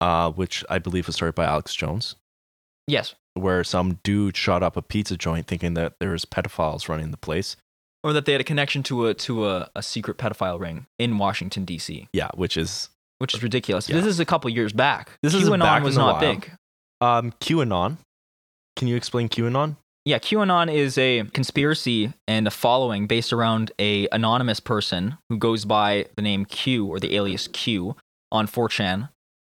Speaker 1: uh, which I believe was started by Alex Jones,
Speaker 2: Yes,
Speaker 1: where some dude shot up a pizza joint thinking that there's pedophiles running the place.
Speaker 2: or that they had a connection to a to a, a secret pedophile ring in Washington D.C.
Speaker 1: Yeah, which is
Speaker 2: which is ridiculous.
Speaker 1: Yeah.
Speaker 2: This is a couple years back.
Speaker 1: This is
Speaker 2: QAnon
Speaker 1: back
Speaker 2: was
Speaker 1: in the
Speaker 2: not
Speaker 1: wild.
Speaker 2: big.
Speaker 1: um, QAnon. Can you explain QAnon?
Speaker 2: Yeah, QAnon is a conspiracy and a following based around a anonymous person who goes by the name Q or the alias Q on 4chan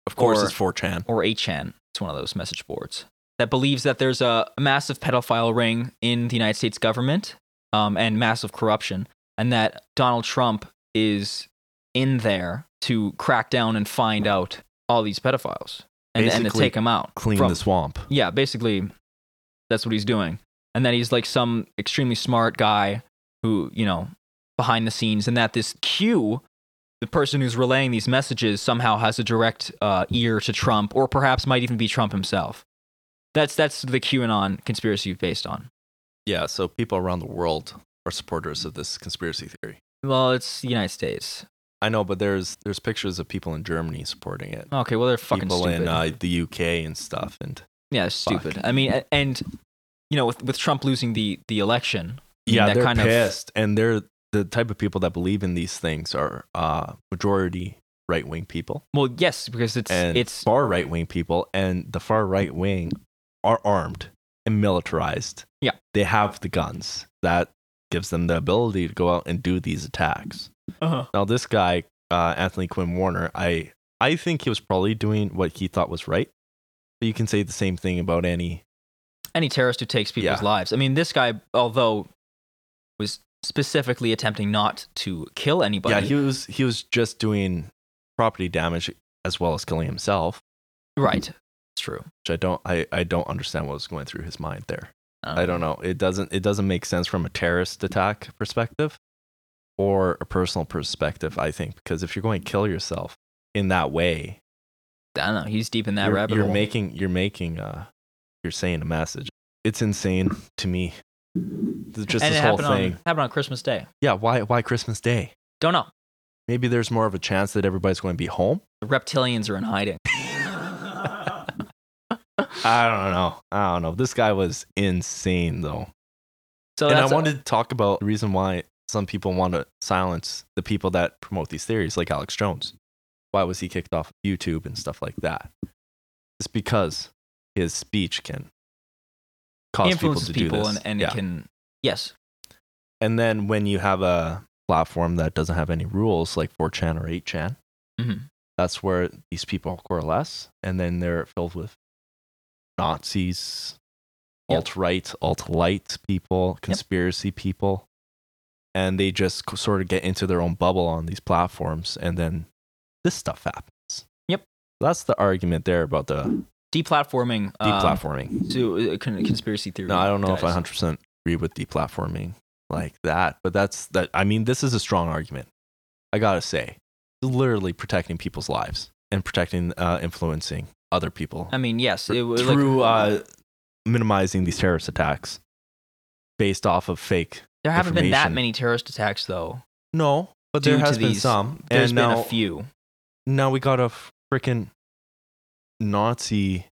Speaker 1: Of course,
Speaker 2: Or-
Speaker 1: it's 4chan.
Speaker 2: or 8chan. It's one of those message boards that believes that there's a massive pedophile ring in the United States government um, and massive corruption, and that Donald Trump is in there to crack down and find out all these pedophiles and, and to
Speaker 1: Basically,
Speaker 2: take them out.
Speaker 1: Clean
Speaker 2: from-
Speaker 1: the swamp.
Speaker 2: yeah, basically, that's what he's doing. And that he's like some extremely smart guy who, you know, behind the scenes, and that this Q, the person who's relaying these messages, somehow has a direct uh, ear to Trump, or perhaps might even be Trump himself. That's that's the QAnon conspiracy based on.
Speaker 1: Yeah, so people around the world are supporters of this conspiracy theory.
Speaker 2: Well, it's the United States.
Speaker 1: I know, but there's there's pictures of people in Germany supporting it.
Speaker 2: Okay, well they're Oh, fucking
Speaker 1: people
Speaker 2: stupid.
Speaker 1: in uh, the UK and stuff. And
Speaker 2: yeah, they're stupid. I mean, a- and you know, with with Trump losing the the election,
Speaker 1: yeah,
Speaker 2: that
Speaker 1: they're
Speaker 2: kind of-
Speaker 1: pissed, and they're the type of people that believe in these things are uh, majority right wing people
Speaker 2: well, yes, because it's
Speaker 1: and
Speaker 2: it's
Speaker 1: far right wing people, and the far right wing are armed and militarized.
Speaker 2: Yeah.
Speaker 1: they have the guns that gives them the ability to go out and do these attacks. Now, this guy, uh, Anthony Quinn Warner, I I think he was probably doing what he thought was right. But you can say the same thing about any
Speaker 2: any terrorist who takes people's
Speaker 1: Yeah.
Speaker 2: lives. I mean, this guy, although was specifically attempting not to kill anybody,
Speaker 1: yeah, he was he was just doing property damage as well as killing himself,
Speaker 2: right? It's true.
Speaker 1: which I don't I, I don't understand what was going through his mind there.
Speaker 2: Um,
Speaker 1: I don't know. It doesn't it doesn't make sense from a terrorist attack perspective or a personal perspective, I think, because if you're going to kill yourself in that way,
Speaker 2: I don't know. He's deep in that
Speaker 1: you're,
Speaker 2: rabbit
Speaker 1: you're
Speaker 2: hole.
Speaker 1: making you're making uh you're saying a message. It's insane to me. Th- Just
Speaker 2: and
Speaker 1: this
Speaker 2: it
Speaker 1: whole
Speaker 2: happened
Speaker 1: thing.
Speaker 2: on happened on Christmas Day.
Speaker 1: yeah, why why Christmas Day?
Speaker 2: Don't know.
Speaker 1: Maybe there's more of a chance that everybody's going to be home.
Speaker 2: The reptilians are in hiding.
Speaker 1: I don't know. I don't know. This guy was insane though.
Speaker 2: So
Speaker 1: and I
Speaker 2: that's a-
Speaker 1: wanted to talk about the reason why some people want to silence the people that promote these theories, like Alex Jones. Why was he kicked off YouTube and stuff like that? It's because his speech can
Speaker 2: it
Speaker 1: cause people
Speaker 2: influences
Speaker 1: to
Speaker 2: people,
Speaker 1: do this.
Speaker 2: and, and
Speaker 1: yeah.
Speaker 2: it can yes,
Speaker 1: and then when you have a platform that doesn't have any rules, like 4chan or 8chan,
Speaker 2: Mhm.
Speaker 1: that's where these people coalesce, and then they're filled with Nazis,
Speaker 2: Yep.
Speaker 1: alt right, alt light people, conspiracy people, and they just co- sort of get into their own bubble on these platforms, and then this stuff happens.
Speaker 2: Yep. Um,
Speaker 1: That's the argument there about the
Speaker 2: deplatforming. Um,
Speaker 1: deplatforming.
Speaker 2: to uh, con- conspiracy theory.
Speaker 1: No, I don't know if I
Speaker 2: guys.
Speaker 1: 100% agree with deplatforming like that, but that's that. I mean, this is a strong argument. I gotta say, literally protecting people's lives and protecting, uh, influencing other people
Speaker 2: I mean, yes, it was like,
Speaker 1: through uh, minimizing these terrorist attacks based off of fake.
Speaker 2: there haven't been that
Speaker 1: information.
Speaker 2: many terrorist attacks though.
Speaker 1: No, but
Speaker 2: Due
Speaker 1: there
Speaker 2: to
Speaker 1: has been
Speaker 2: these-
Speaker 1: some,
Speaker 2: There's
Speaker 1: and
Speaker 2: been
Speaker 1: now
Speaker 2: a few.
Speaker 1: now we got a freaking Nazi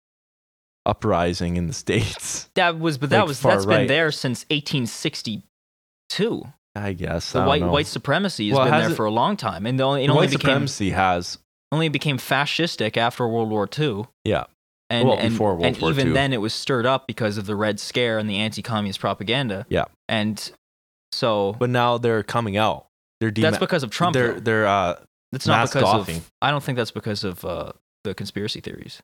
Speaker 1: uprising in the states.
Speaker 2: That was, but that
Speaker 1: Like,
Speaker 2: was
Speaker 1: far
Speaker 2: that's
Speaker 1: right.
Speaker 2: been there since 1862.
Speaker 1: I guess
Speaker 2: The
Speaker 1: I don't
Speaker 2: white
Speaker 1: know.
Speaker 2: white supremacy has
Speaker 1: Well, it
Speaker 2: been there
Speaker 1: hasn't-
Speaker 2: for a long time, and the only, it only
Speaker 1: white
Speaker 2: became
Speaker 1: supremacy has
Speaker 2: only became fascistic after World War II.
Speaker 1: Yeah.
Speaker 2: and
Speaker 1: Well,
Speaker 2: and,
Speaker 1: before World
Speaker 2: and
Speaker 1: War
Speaker 2: even
Speaker 1: II.
Speaker 2: then it was stirred up because of the Red Scare and the anti-communist propaganda.
Speaker 1: Yeah.
Speaker 2: and so
Speaker 1: but now they're coming out. They're dema-
Speaker 2: that's because of Trump.
Speaker 1: They're
Speaker 2: though.
Speaker 1: they're uh,
Speaker 2: that's not
Speaker 1: mask
Speaker 2: because
Speaker 1: offing.
Speaker 2: of. I don't think that's because of uh, the conspiracy theories.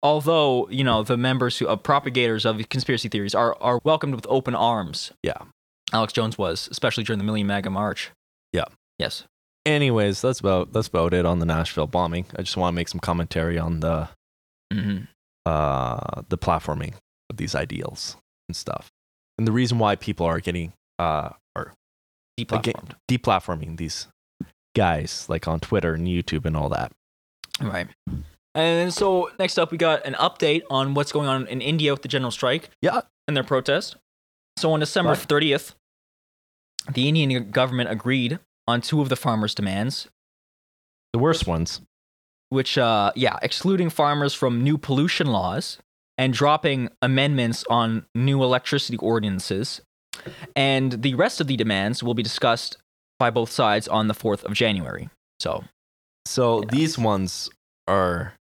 Speaker 2: Although you know the members who uh, propagators of conspiracy theories are are welcomed with open arms.
Speaker 1: Yeah.
Speaker 2: Alex Jones was, especially during the Million MAGA March.
Speaker 1: Yeah.
Speaker 2: Yes.
Speaker 1: Anyways, that's about that's about it on the Nashville bombing. I just want to make some commentary on the
Speaker 2: Mm-hmm.
Speaker 1: uh, the platforming of these ideals and stuff, and the reason why people are getting uh, are
Speaker 2: Deplatformed.
Speaker 1: deplatforming these guys like on Twitter and YouTube and all that.
Speaker 2: Right. And so next up, we got an update on what's going on in India with the general strike.
Speaker 1: Yeah.
Speaker 2: And their protest. So on December
Speaker 1: Right.
Speaker 2: 30th, the Indian government agreed on two of the farmers' demands,
Speaker 1: The worst ones.
Speaker 2: which, uh, yeah, excluding farmers from new pollution laws and dropping amendments on new electricity ordinances. And the rest of the demands will be discussed by both sides on the 4th of January. So,
Speaker 1: So
Speaker 2: Yeah.
Speaker 1: these ones are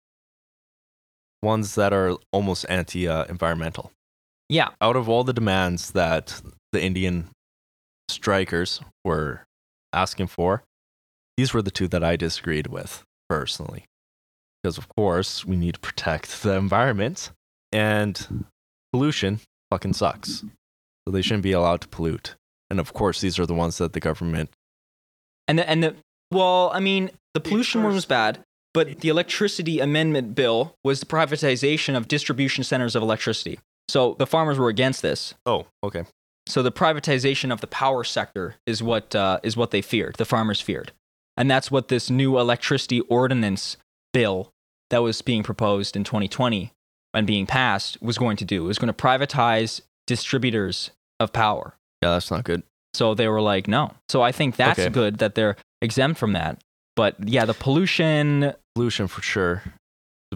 Speaker 1: ones that are almost uh, anti-environmental.
Speaker 2: yeah,
Speaker 1: out of all the demands that the Indian strikers were asking for, these were the two that I disagreed with personally. Because, of course, we need to protect the environment and pollution fucking sucks. So they shouldn't be allowed to pollute. And, of course, these are the ones that the government.
Speaker 2: And the, and the well, I mean, the pollution one was bad, but the electricity amendment bill was the privatization of distribution centers of electricity. So the farmers were against this.
Speaker 1: Oh, okay.
Speaker 2: So the privatization of the power sector is what uh, is what they feared. The farmers feared, and that's what this new electricity ordinance bill that was being proposed in 2020 and being passed was going to do. It was going to privatize distributors of power.
Speaker 1: Yeah, that's not good.
Speaker 2: So they were like, no. So I think that's
Speaker 1: Okay.
Speaker 2: good that they're exempt from that. But yeah, the pollution.
Speaker 1: Pollution for sure is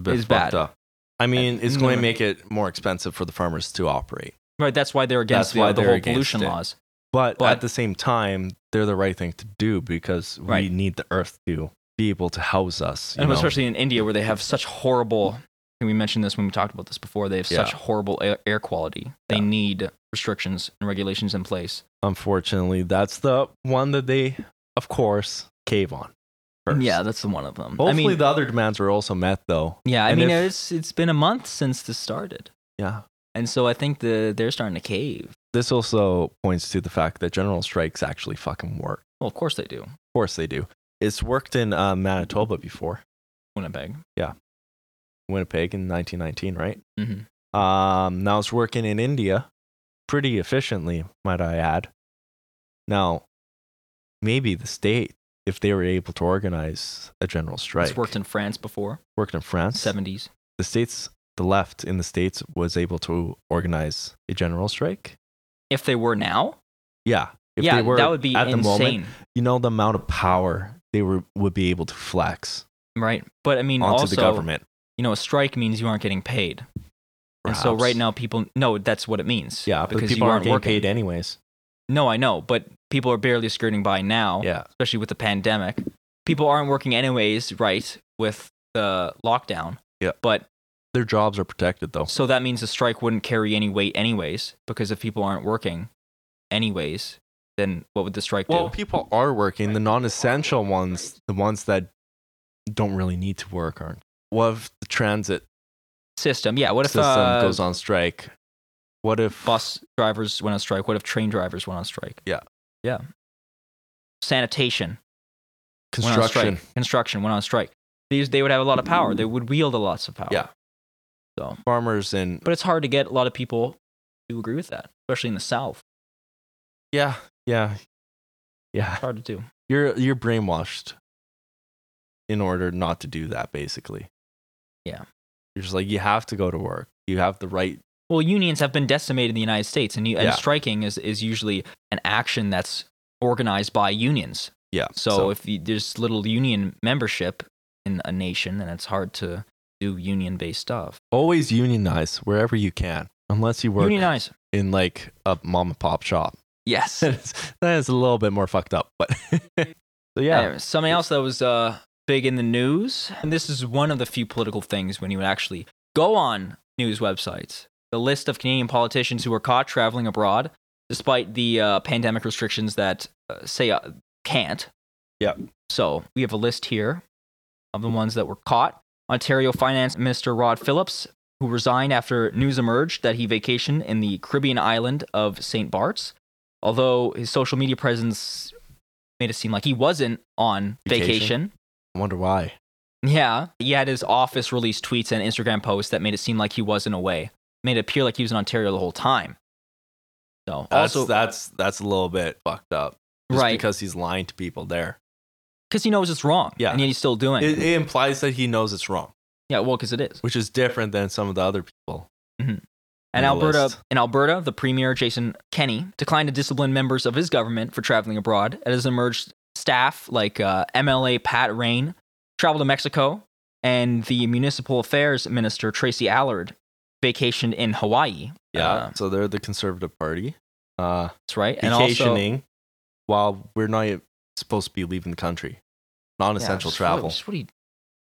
Speaker 1: a bit
Speaker 2: Is
Speaker 1: fucked
Speaker 2: bad.
Speaker 1: up. I mean, it's going
Speaker 2: no.
Speaker 1: to make it more expensive for the farmers to operate.
Speaker 2: Right, that's why they're against
Speaker 1: That's why
Speaker 2: the, the
Speaker 1: they're
Speaker 2: whole
Speaker 1: against
Speaker 2: pollution
Speaker 1: it.
Speaker 2: laws.
Speaker 1: But,
Speaker 2: But-
Speaker 1: at the same time, they're the right thing to do because we
Speaker 2: Right.
Speaker 1: need the earth to be able to house us. you
Speaker 2: And
Speaker 1: know?
Speaker 2: especially in India, where they have such horrible. And we mentioned this when we talked about this before. They have such horrible air, air quality. They
Speaker 1: Yeah.
Speaker 2: need restrictions and regulations in place.
Speaker 1: unfortunately, that's the one that they, of course, cave on. First.
Speaker 2: Yeah, that's the one of them.
Speaker 1: Hopefully,
Speaker 2: I mean,
Speaker 1: the other demands were also met, though.
Speaker 2: yeah, I
Speaker 1: and
Speaker 2: mean,
Speaker 1: if-
Speaker 2: it's it's been a month since this started,
Speaker 1: Yeah.
Speaker 2: and so I think the they're starting to cave.
Speaker 1: This also points to the fact that general strikes actually fucking work. Of
Speaker 2: Well, of course they do.
Speaker 1: course, they do. It's worked in uh, Manitoba before,
Speaker 2: Winnipeg.
Speaker 1: Winnipeg in 1919, right?
Speaker 2: Mm-hmm.
Speaker 1: Um, now it's working in India pretty efficiently, might I add. Now, maybe the state, if they were able to organize a general strike,
Speaker 2: It's worked in France before,
Speaker 1: worked in France.
Speaker 2: seventies.
Speaker 1: The states, the left in the states was able to organize a general strike.
Speaker 2: If they were now,
Speaker 1: Yeah. If
Speaker 2: yeah,
Speaker 1: they were
Speaker 2: that would be
Speaker 1: at
Speaker 2: insane,
Speaker 1: the moment, you know the amount of power they were would be able to flex
Speaker 2: right? But I mean,
Speaker 1: onto
Speaker 2: also,
Speaker 1: the government.
Speaker 2: you know, a strike means you aren't getting paid, and so
Speaker 1: perhaps.
Speaker 2: right now, people no, that's what it means.
Speaker 1: yeah, but
Speaker 2: because
Speaker 1: people
Speaker 2: you
Speaker 1: aren't
Speaker 2: aren't,
Speaker 1: getting
Speaker 2: working.
Speaker 1: paid anyways.
Speaker 2: No, I know, but people are barely skirting by now,
Speaker 1: Yeah,
Speaker 2: especially with the pandemic. People aren't working anyways, right? With the lockdown.
Speaker 1: Yeah.
Speaker 2: But
Speaker 1: their jobs are protected though.
Speaker 2: so that means the strike wouldn't carry any weight, anyways, because if people aren't working, anyways, then what would the strike
Speaker 1: Well,
Speaker 2: do?
Speaker 1: people are working. The non-essential ones, the ones that don't really need to work, aren't. What if the transit
Speaker 2: System, yeah. What if
Speaker 1: system
Speaker 2: uh,
Speaker 1: goes on strike? What if
Speaker 2: bus drivers went on strike? What if train drivers went on strike?
Speaker 1: Yeah.
Speaker 2: Yeah. Sanitation. went on strike.
Speaker 1: construction?
Speaker 2: Construction went on strike. These they would have a lot of power. They would wield a lot of power.
Speaker 1: Yeah.
Speaker 2: So
Speaker 1: Farmers and
Speaker 2: but it's hard to get a lot of people to agree with that, especially in the South.
Speaker 1: yeah, yeah, yeah.
Speaker 2: It's hard to do.
Speaker 1: You're you're brainwashed in order not to do that. Basically,
Speaker 2: Yeah.
Speaker 1: You're just like you have to go to work. You have the right.
Speaker 2: Well, unions have been decimated in the United States and, you- and
Speaker 1: Yeah.
Speaker 2: striking is, is usually an action that's organized by unions.
Speaker 1: Yeah.
Speaker 2: So, if you, there's little union membership in a nation, then it's hard to do union based stuff.
Speaker 1: always unionize wherever you can, unless you work
Speaker 2: Unionize.
Speaker 1: in like a mom and pop shop.
Speaker 2: Yes.
Speaker 1: that is a little bit more fucked up, but so yeah,
Speaker 2: Anyway, something else that was uh, big in the news, and this is one of the few political things when you would actually go on news websites. The list of Canadian politicians who were caught traveling abroad, despite the uh, pandemic restrictions that uh, say uh, can't.
Speaker 1: Yep.
Speaker 2: So we have a list here of the ones that were caught. Ontario Finance Minister Rod Phillips, who resigned after news emerged that he vacationed in the Caribbean island of St. Bart's. Although his social media presence made it seem like he wasn't on
Speaker 1: Vacation?
Speaker 2: vacation.
Speaker 1: I wonder why.
Speaker 2: Yeah, he had his office release tweets and Instagram posts that made it seem like he wasn't away, made it appear like he was in Ontario the whole time. So,
Speaker 1: That's,
Speaker 2: also,
Speaker 1: that's that's a little bit fucked up. Just
Speaker 2: Right.
Speaker 1: Because he's lying to people there.
Speaker 2: because he knows it's wrong.
Speaker 1: Yeah.
Speaker 2: And yet he's still doing it.
Speaker 1: It, it implies that he knows it's wrong,
Speaker 2: Yeah, well, because it is.
Speaker 1: which is different than some of the other people.
Speaker 2: Mhm.
Speaker 1: on
Speaker 2: And
Speaker 1: the
Speaker 2: Alberta,
Speaker 1: list.
Speaker 2: in Alberta, the premier Jason Kenney declined to discipline members of his government for traveling abroad. It has emerged staff like uh, MLA Pat Rain traveled to Mexico, and the municipal affairs minister Tracy Allard vacationed in Hawaii.
Speaker 1: Yeah.
Speaker 2: Uh,
Speaker 1: so they're the conservative party. Uh,
Speaker 2: that's right. And also,
Speaker 1: vacationing while we're not yet supposed to be leaving the country. Non
Speaker 2: Yeah,
Speaker 1: essential
Speaker 2: just what-
Speaker 1: travel.
Speaker 2: just what are you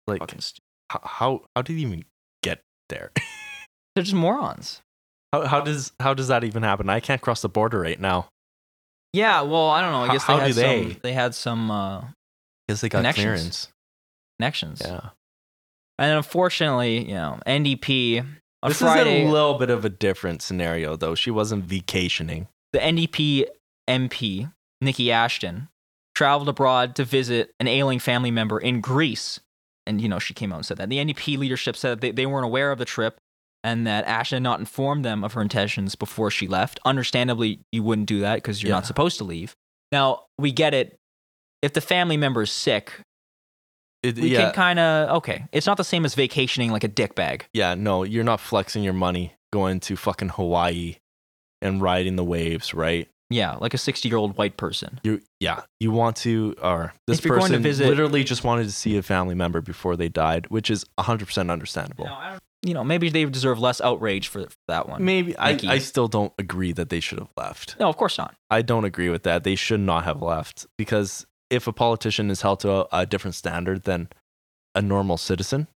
Speaker 1: Like,
Speaker 2: fucking stu-
Speaker 1: h- how, how did he even get there?
Speaker 2: They're just morons.
Speaker 1: How, how, does, how does that even happen? I can't cross the border right now
Speaker 2: Yeah. Well, I don't know.
Speaker 1: How-
Speaker 2: I guess
Speaker 1: how
Speaker 2: they,
Speaker 1: do
Speaker 2: had
Speaker 1: they?
Speaker 2: Some, they had some uh,
Speaker 1: because they got
Speaker 2: Connections.
Speaker 1: clearance.
Speaker 2: connections.
Speaker 1: Yeah.
Speaker 2: And unfortunately, you know, NDP on
Speaker 1: this
Speaker 2: Friday.
Speaker 1: is a little bit of a different scenario, though. She wasn't vacationing.
Speaker 2: the NDP MP, Nikki Ashton, traveled abroad to visit an ailing family member in Greece. And, you know, she came out and said that. The NDP leadership said that they, they weren't aware of the trip and that Ashton had not informed them of her intentions before she left. Understandably, you wouldn't do that because you're
Speaker 1: Yeah.
Speaker 2: not supposed to leave. Now, we get it. If the family member is sick,
Speaker 1: It-
Speaker 2: we
Speaker 1: yeah,
Speaker 2: can kind of, okay. It's not the same as vacationing like a dick bag.
Speaker 1: yeah, no, you're not flexing your money going to fucking Hawaii and riding the waves, right?
Speaker 2: Yeah, like a 60 year old white person.
Speaker 1: You, yeah, you want to, or this
Speaker 2: If you're going to
Speaker 1: person
Speaker 2: visit-
Speaker 1: literally just wanted to see a family member before they died, which is 100% understandable.
Speaker 2: You know, maybe they deserve less outrage for, for that one.
Speaker 1: Maybe I,
Speaker 2: Nikki.
Speaker 1: I still don't agree that they should have left.
Speaker 2: No, of course not.
Speaker 1: I don't agree with that. They should not have left because if a politician is held to a, a different standard than a normal citizen,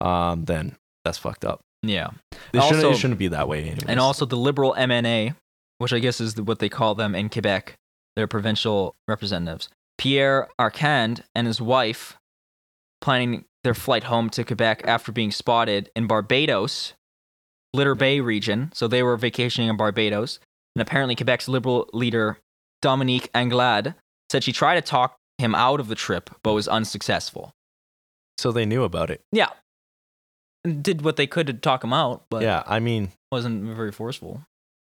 Speaker 1: um, then that's fucked up.
Speaker 2: Yeah.
Speaker 1: They
Speaker 2: And
Speaker 1: shouldn't, it
Speaker 2: also-
Speaker 1: shouldn't be that way. Anyways.
Speaker 2: And also the liberal MNA, which I guess is the- what they call them in Quebec, their provincial representatives. Pierre Arcand and his wife planning their flight home to Quebec after being spotted in Barbados, Litter Bay region. So they were vacationing in Barbados. And apparently, Quebec's liberal leader, Dominique Anglade, said she tried to talk him out of the trip, but was unsuccessful.
Speaker 1: so they knew about it.
Speaker 2: Yeah. And did what they could to talk him out, but
Speaker 1: yeah, I mean,
Speaker 2: wasn't very forceful.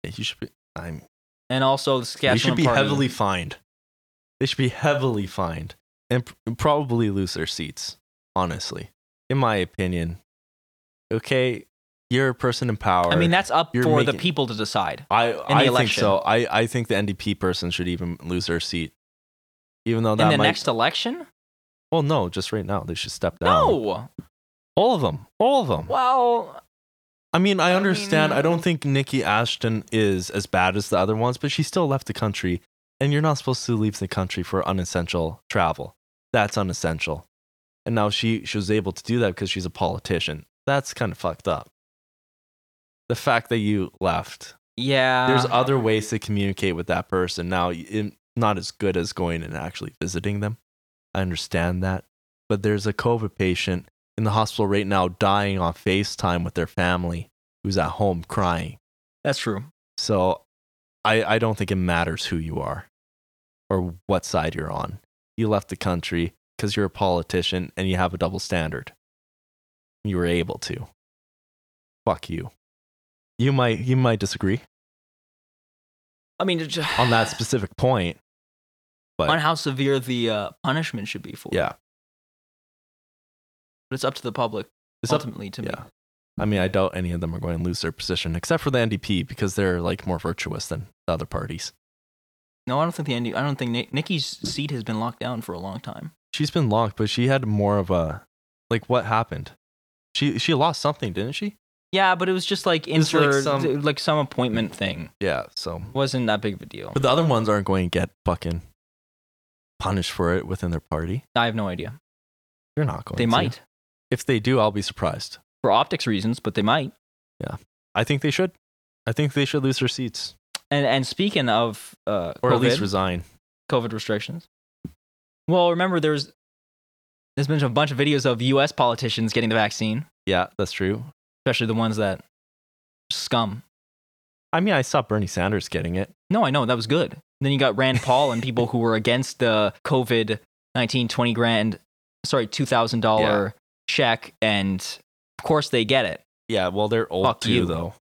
Speaker 1: you should be. I'm.
Speaker 2: and also the
Speaker 1: They
Speaker 2: Saskatchewan
Speaker 1: should be
Speaker 2: Party.
Speaker 1: heavily fined. They should be heavily fined and pr- probably lose their seats. Honestly, in my opinion. Okay, you're a person in power.
Speaker 2: I mean, that's up
Speaker 1: You're
Speaker 2: for the
Speaker 1: making-
Speaker 2: people to decide.
Speaker 1: I, I think
Speaker 2: election.
Speaker 1: so. I, I think the NDP person should even lose their seat, even though
Speaker 2: In
Speaker 1: that
Speaker 2: the
Speaker 1: might.
Speaker 2: next election?
Speaker 1: well, no, just right now they should step down.
Speaker 2: No.
Speaker 1: all of them, all of them.
Speaker 2: Well,
Speaker 1: I mean, I
Speaker 2: I
Speaker 1: understand. I
Speaker 2: mean-
Speaker 1: don't think Nikki Ashton is as bad as the other ones, but she still left the country, and you're not supposed to leave the country for unessential travel. That's unessential, and now she she was able to do that because she's a politician. That's kind of fucked up. The fact that you left
Speaker 2: yeah.
Speaker 1: there's other ways to communicate with that person now it, not as good as going and actually visiting them i understand that but there's a covid patient in the hospital right now dying on facetime with their family who's at home crying
Speaker 2: that's true.
Speaker 1: so i, I don't think it matters who you are or what side you're on you left the country because you're a politician and you have a double standard you were able to fuck you you might you might disagree
Speaker 2: I mean, it ju-
Speaker 1: on that specific point. But
Speaker 2: on how severe the uh, punishment should be for. it.
Speaker 1: yeah,
Speaker 2: but it's up to the public
Speaker 1: it's up-
Speaker 2: ultimately to me.
Speaker 1: yeah. I mean, I doubt any of them are going to lose their position except for the NDP because they're like more virtuous than the other parties.
Speaker 2: No, I don't think the ND. I don't think Ni- Nikki's seat has been locked down for a long time.
Speaker 1: She's been locked, but she had more of a like what happened? She she lost something, didn't she?
Speaker 2: Yeah, but it was just like
Speaker 1: It's like
Speaker 2: inter, like
Speaker 1: some-
Speaker 2: some, appointment thing.
Speaker 1: Yeah, so
Speaker 2: wasn't that big of a deal.
Speaker 1: but the other ones aren't going to get fucking punished for it within their party.
Speaker 2: I have no idea.
Speaker 1: You're not going.
Speaker 2: They
Speaker 1: to.
Speaker 2: might
Speaker 1: If they do, I'll be surprised.
Speaker 2: for optics reasons, but they might.
Speaker 1: I think they should. I think they should lose their seats
Speaker 2: And and speaking of uh,
Speaker 1: or at least
Speaker 2: COVID,
Speaker 1: resign.
Speaker 2: COVID restrictions. Well, remember there's There's been a bunch of videos of U.S. politicians getting the vaccine,
Speaker 1: Yeah, that's true.
Speaker 2: especially the ones that scum.
Speaker 1: I mean, I saw Bernie Sanders getting it.
Speaker 2: No, I know that was good. Then you got Rand Paul and people who were against the COVID 19 20 grand, sorry, two thousand dollar check, and of course they get it,
Speaker 1: Yeah, well, they're old
Speaker 2: Fuck
Speaker 1: too,
Speaker 2: you.
Speaker 1: though.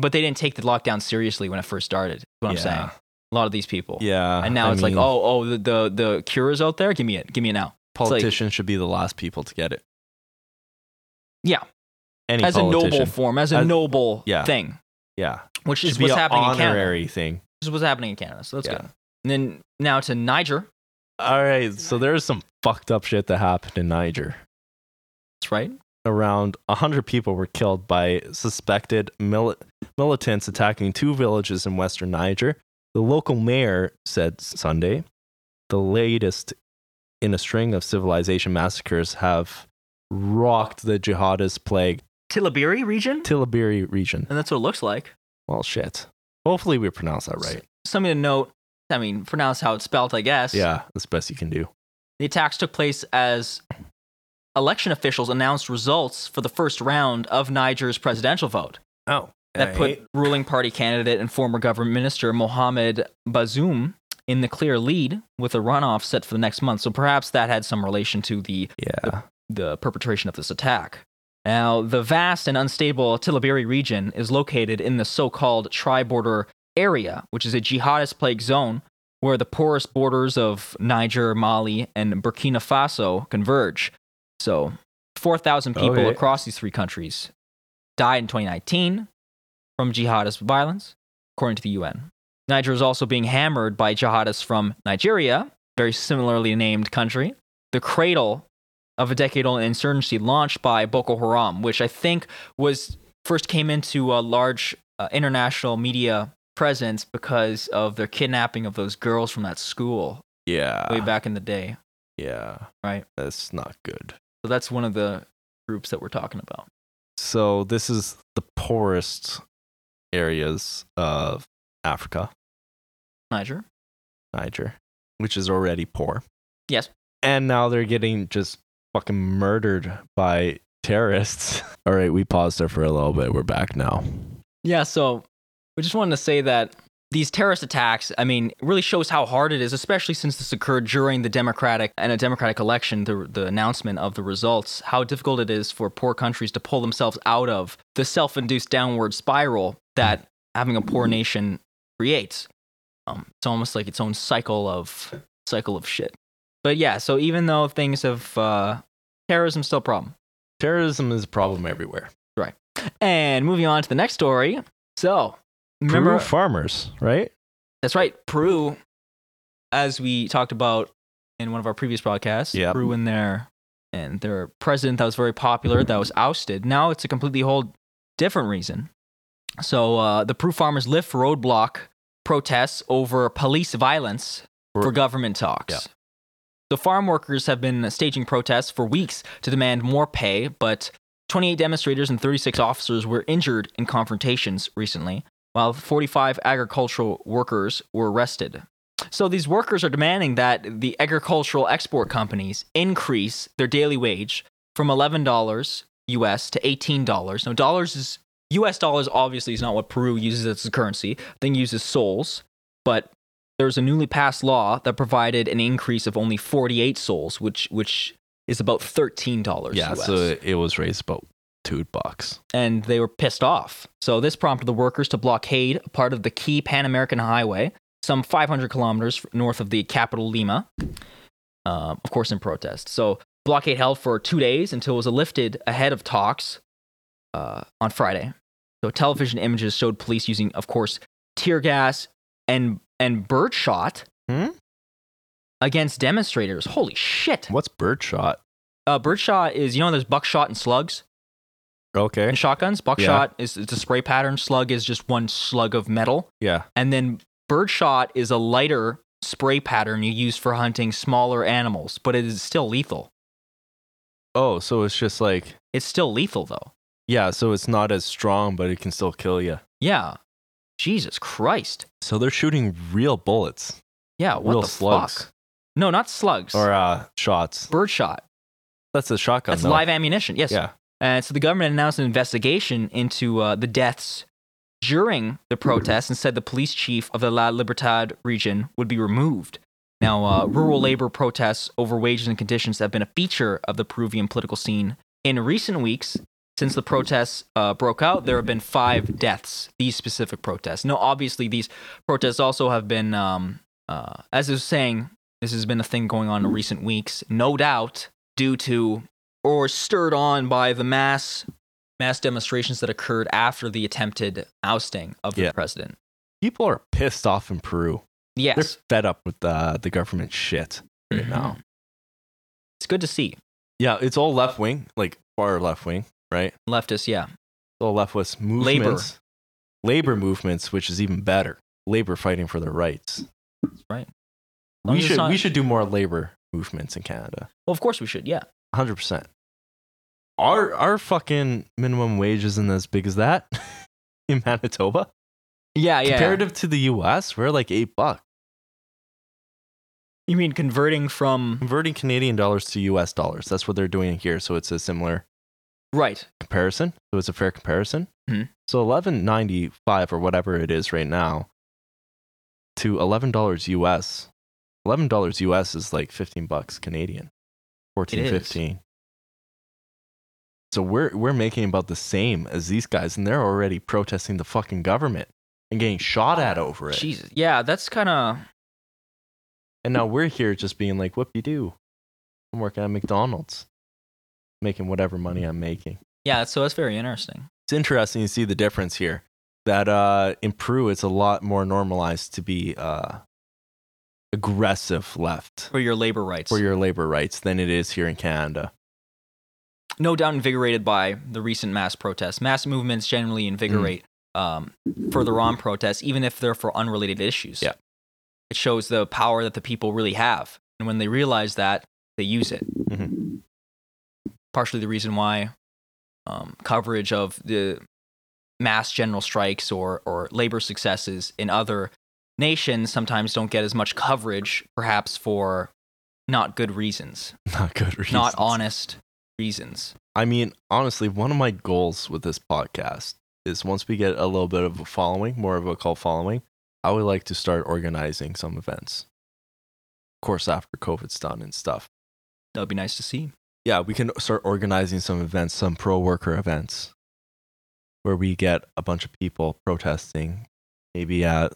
Speaker 2: but they didn't take the lockdown seriously when it first started. Is what I'm
Speaker 1: Yeah.
Speaker 2: saying. A lot of these people.
Speaker 1: Yeah,
Speaker 2: And now
Speaker 1: I
Speaker 2: it's
Speaker 1: mean,
Speaker 2: like, oh, oh, the, the the cure is out there. Give me it. Give me it now. like-
Speaker 1: politicians should be the last people to get it.
Speaker 2: Yeah.
Speaker 1: any
Speaker 2: As a
Speaker 1: politician.
Speaker 2: noble form, as a
Speaker 1: As-
Speaker 2: noble
Speaker 1: yeah.
Speaker 2: thing,
Speaker 1: Yeah,
Speaker 2: which
Speaker 1: should
Speaker 2: is
Speaker 1: be
Speaker 2: what's
Speaker 1: an
Speaker 2: happening in Canada.
Speaker 1: honorary thing.
Speaker 2: This is what's happening in Canada. So that's
Speaker 1: Yeah.
Speaker 2: good. And then now to Niger.
Speaker 1: All right, so there's some fucked up shit that happened in Niger.
Speaker 2: That's right.
Speaker 1: Around 100 people were killed by suspected mili- militants attacking two villages in western Niger. The local mayor said Sunday, the latest in a string of civilization massacres have rocked the jihadist plague
Speaker 2: Tilabiri region?
Speaker 1: Tilabiri region.
Speaker 2: And that's what it looks like.
Speaker 1: Well, shit. Hopefully we pronounce that right.
Speaker 2: Something to note. I mean, pronounce how it's spelled, I guess.
Speaker 1: Yeah, that's the best you can do.
Speaker 2: The attacks took place as election officials announced results for the first round of Niger's presidential vote
Speaker 1: Oh.
Speaker 2: that put ruling party candidate and former government minister Mohamed Bazoum in the clear lead with a runoff set for the next month. So perhaps that had some relation to the
Speaker 1: Yeah.
Speaker 2: the perpetration of this attack. Now, the vast and unstable Tilaberi region is located in the so called tri border area, which is a jihadist plague zone where the porous borders of Niger, Mali, and Burkina Faso converge. So, 4,000 people
Speaker 1: Okay.
Speaker 2: across these three countries died in 2019 from jihadist violence, according to the UN. Niger is also being hammered by jihadists from Nigeria, very similarly named country, the cradle of a decade-old insurgency launched by Boko Haram, which I think was first came into a large uh, international media presence because of their kidnapping of those girls from that school
Speaker 1: Yeah.
Speaker 2: way back in the day.
Speaker 1: Yeah.
Speaker 2: Right.
Speaker 1: That's not good.
Speaker 2: So that's one of the groups that we're talking about.
Speaker 1: So this is the poorest areas of Africa,
Speaker 2: Niger.
Speaker 1: Niger, which is already poor.
Speaker 2: Yes.
Speaker 1: And now they're getting just fucking murdered by terrorists. All right, we paused there for a little bit. We're back now.
Speaker 2: Yeah, so we just wanted to say that these terrorist attacks, I mean, really shows how hard it is, especially since this occurred during the Democratic and a Democratic election, the, the announcement of the results, how difficult it is for poor countries to pull themselves out of the self induced downward spiral that having a poor nation creates. Um, it's almost like its own cycle of cycle of shit. But yeah, so even though things have uh, terrorism still a problem.
Speaker 1: Terrorism is a problem everywhere.
Speaker 2: And moving on to the next story. So remember
Speaker 1: Peru farmers, right?
Speaker 2: That's right. Peru, as we talked about in one of our previous podcasts,
Speaker 1: Yep.
Speaker 2: Peru and their and their president that was very popular that was ousted. Now it's a completely whole different reason. So uh, the Peru farmers lift roadblock protests over police violence
Speaker 1: For-
Speaker 2: for government talks.
Speaker 1: Yeah.
Speaker 2: The farm workers have been staging protests for weeks to demand more pay, but 28 demonstrators and 36 officers were injured in confrontations recently, while 45 agricultural workers were arrested. So these workers are demanding that the agricultural export companies increase their daily wage from $11 US to $18. Now dollars is US dollars obviously is not what Peru uses as its currency. Thing uses soles, but there's a newly passed law that provided an increase of only 48 soles, which which is about $13
Speaker 1: Yeah.
Speaker 2: US
Speaker 1: So it was raised about two bucks.
Speaker 2: and they were pissed off. So this prompted the workers to blockade a part of the key Pan American Highway, some 500 kilometers north of the capital Lima, um, of course, in protest. So blockade held for two days until it was lifted ahead of talks uh, on Friday. So television images showed police using, of course, tear gas and and birdshot
Speaker 1: Hmm?
Speaker 2: against demonstrators. Holy shit!
Speaker 1: What's birdshot?
Speaker 2: Uh, birdshot is you know there's buckshot and slugs.
Speaker 1: Okay.
Speaker 2: And shotguns, buckshot is it's a spray pattern. Slug is just one slug of metal,
Speaker 1: Yeah.
Speaker 2: and then birdshot is a lighter spray pattern you use for hunting smaller animals, but it is still lethal.
Speaker 1: Oh, so it's just like
Speaker 2: It's still lethal though.
Speaker 1: yeah, so it's not as strong, but it can still kill you.
Speaker 2: Yeah, Jesus Christ.
Speaker 1: So they're shooting real bullets
Speaker 2: Yeah, what
Speaker 1: Real
Speaker 2: the
Speaker 1: slugs.
Speaker 2: fuck? No, not slugs.
Speaker 1: or uh, shots.
Speaker 2: Birdshot.
Speaker 1: that's a shotgun.
Speaker 2: That's
Speaker 1: though.
Speaker 2: live ammunition. Yes.
Speaker 1: Yeah.
Speaker 2: And Uh, so the government announced an investigation into uh, the deaths during the protests and said the police chief of the La Libertad region would be removed. Now, uh, rural labor protests over wages and conditions have been a feature of the Peruvian political scene in recent weeks. Since the protests uh, broke out, there have been five deaths. These specific protests. Now, obviously, these protests also have been, um, uh, as I was saying, this has been a thing going on in recent weeks. No doubt, due to or stirred on by the mass mass demonstrations that occurred after the attempted ousting of the
Speaker 1: Yeah.
Speaker 2: president.
Speaker 1: People are pissed off in Peru.
Speaker 2: Yes,
Speaker 1: They're fed up with uh, the the government shit right
Speaker 2: Mhm.
Speaker 1: now.
Speaker 2: it's good to see
Speaker 1: Yeah, it's all left wing, like far left wing, right?
Speaker 2: leftists. Yeah,
Speaker 1: It's all leftist movements, labor movements, which is even better. Labor fighting for their rights.
Speaker 2: right. Long
Speaker 1: We
Speaker 2: as it's
Speaker 1: should
Speaker 2: not-
Speaker 1: we should do more labor movements in Canada.
Speaker 2: Well, of course we should. Yeah,
Speaker 1: Hundred percent. Our our fucking minimum wage isn't as big as that in Manitoba.
Speaker 2: yeah, yeah.
Speaker 1: Comparative to the U.S., we're like eight bucks.
Speaker 2: you mean converting from
Speaker 1: Converting Canadian dollars to U.S. dollars. That's what they're doing here. So it's a similar
Speaker 2: right?
Speaker 1: comparison. So it's a fair comparison.
Speaker 2: Mhm.
Speaker 1: So eleven ninety five or whatever it is right now to eleven dollars US. Eleven dollars US is like fifteen bucks Canadian. Fourteen
Speaker 2: is.
Speaker 1: fifteen. So we're we're making about the same as these guys, and they're already protesting the fucking government and getting shot at over it.
Speaker 2: Jesus. Yeah, that's kind of
Speaker 1: And now we're here just being like, whoop de doo. I'm working at McDonald's, making whatever money I'm making.
Speaker 2: yeah. So that's very interesting.
Speaker 1: it's interesting to see the difference here that uh, in Peru, it's a lot more normalized to be uh, aggressive left
Speaker 2: For your labor rights,
Speaker 1: for your labor rights than it is here in Canada.
Speaker 2: no doubt invigorated by the recent mass protests. Mass movements generally
Speaker 1: Mm.
Speaker 2: invigorate um, further on protests, even if they're for unrelated issues.
Speaker 1: Yeah.
Speaker 2: It shows the power that the people really have. And when they realize that, they use it.
Speaker 1: Mm-hmm.
Speaker 2: Partially the reason why um, coverage of the mass general strikes or, or labor successes in other nations sometimes don't get as much coverage, perhaps for not good reasons,
Speaker 1: Not good reasons.
Speaker 2: not honest reasons.
Speaker 1: I mean, honestly, one of my goals with this podcast is once we get a little bit of a following, more of a cult following, I would like to start organizing some events. Of course, after COVID's done and stuff.
Speaker 2: That would be nice to see.
Speaker 1: yeah, we can start organizing some events, some pro worker events, where we get a bunch of people protesting, maybe at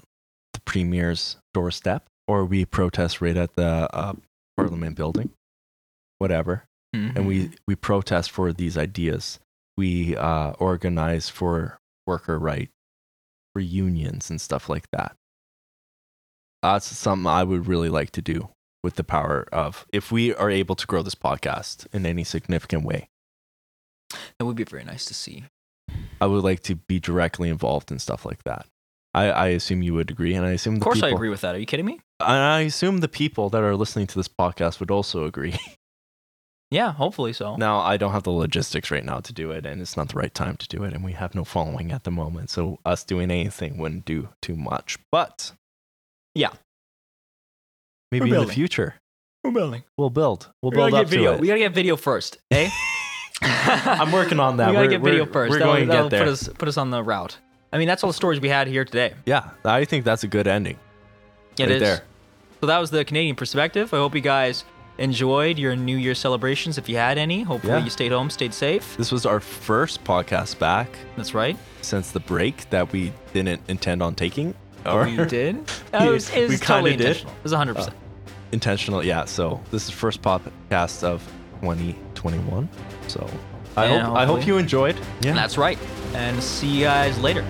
Speaker 1: the premier's doorstep, or we protest right at the uh, parliament building, whatever.
Speaker 2: Mm-hmm.
Speaker 1: And we we protest for these ideas. We uh, organize for worker right, for unions and stuff like that. That's something I would really like to do with the power of if we are able to grow this podcast in any significant way.
Speaker 2: That would be very nice to see.
Speaker 1: I would like to be directly involved in stuff like that. I, I assume you would agree, and I assume the
Speaker 2: Of course,
Speaker 1: people,
Speaker 2: I agree with that. Are you kidding me?
Speaker 1: And I assume the people that are listening to this podcast would also agree.
Speaker 2: Yeah, hopefully so.
Speaker 1: now I don't have the logistics right now to do it, and it's not the right time to do it, and we have no following at the moment, so us doing anything wouldn't do too much. But
Speaker 2: Yeah.
Speaker 1: maybe
Speaker 2: We're
Speaker 1: in the
Speaker 2: building.
Speaker 1: future
Speaker 2: We're building.
Speaker 1: we'll build. We'll
Speaker 2: We gotta
Speaker 1: build up
Speaker 2: get video.
Speaker 1: to it.
Speaker 2: We gotta get video first, eh?
Speaker 1: I'm working on that.
Speaker 2: We gotta
Speaker 1: We're-
Speaker 2: get video
Speaker 1: we're-
Speaker 2: 1st
Speaker 1: We're
Speaker 2: that'll
Speaker 1: going to
Speaker 2: that'll
Speaker 1: get there.
Speaker 2: Put us, put us on the route. I mean, that's all the stories we had here today.
Speaker 1: Yeah, I think that's a good ending.
Speaker 2: It is.
Speaker 1: Right there.
Speaker 2: So that was the Canadian perspective. I hope you guys enjoyed your New Year celebrations, if you had any. Hopefully,
Speaker 1: Yeah.
Speaker 2: you stayed home, stayed safe.
Speaker 1: This was our first podcast back
Speaker 2: That's right.
Speaker 1: since the break that we didn't intend on taking. Or
Speaker 2: We did. That was, it was
Speaker 1: We kinda
Speaker 2: totally
Speaker 1: did. Oh,
Speaker 2: intentional. It was 100. percent
Speaker 1: intentional, yeah. So this is first podcast of 2021. So I
Speaker 2: And
Speaker 1: hope I hope
Speaker 2: hopefully-
Speaker 1: you enjoyed. Yeah.
Speaker 2: That's right. And see you guys later.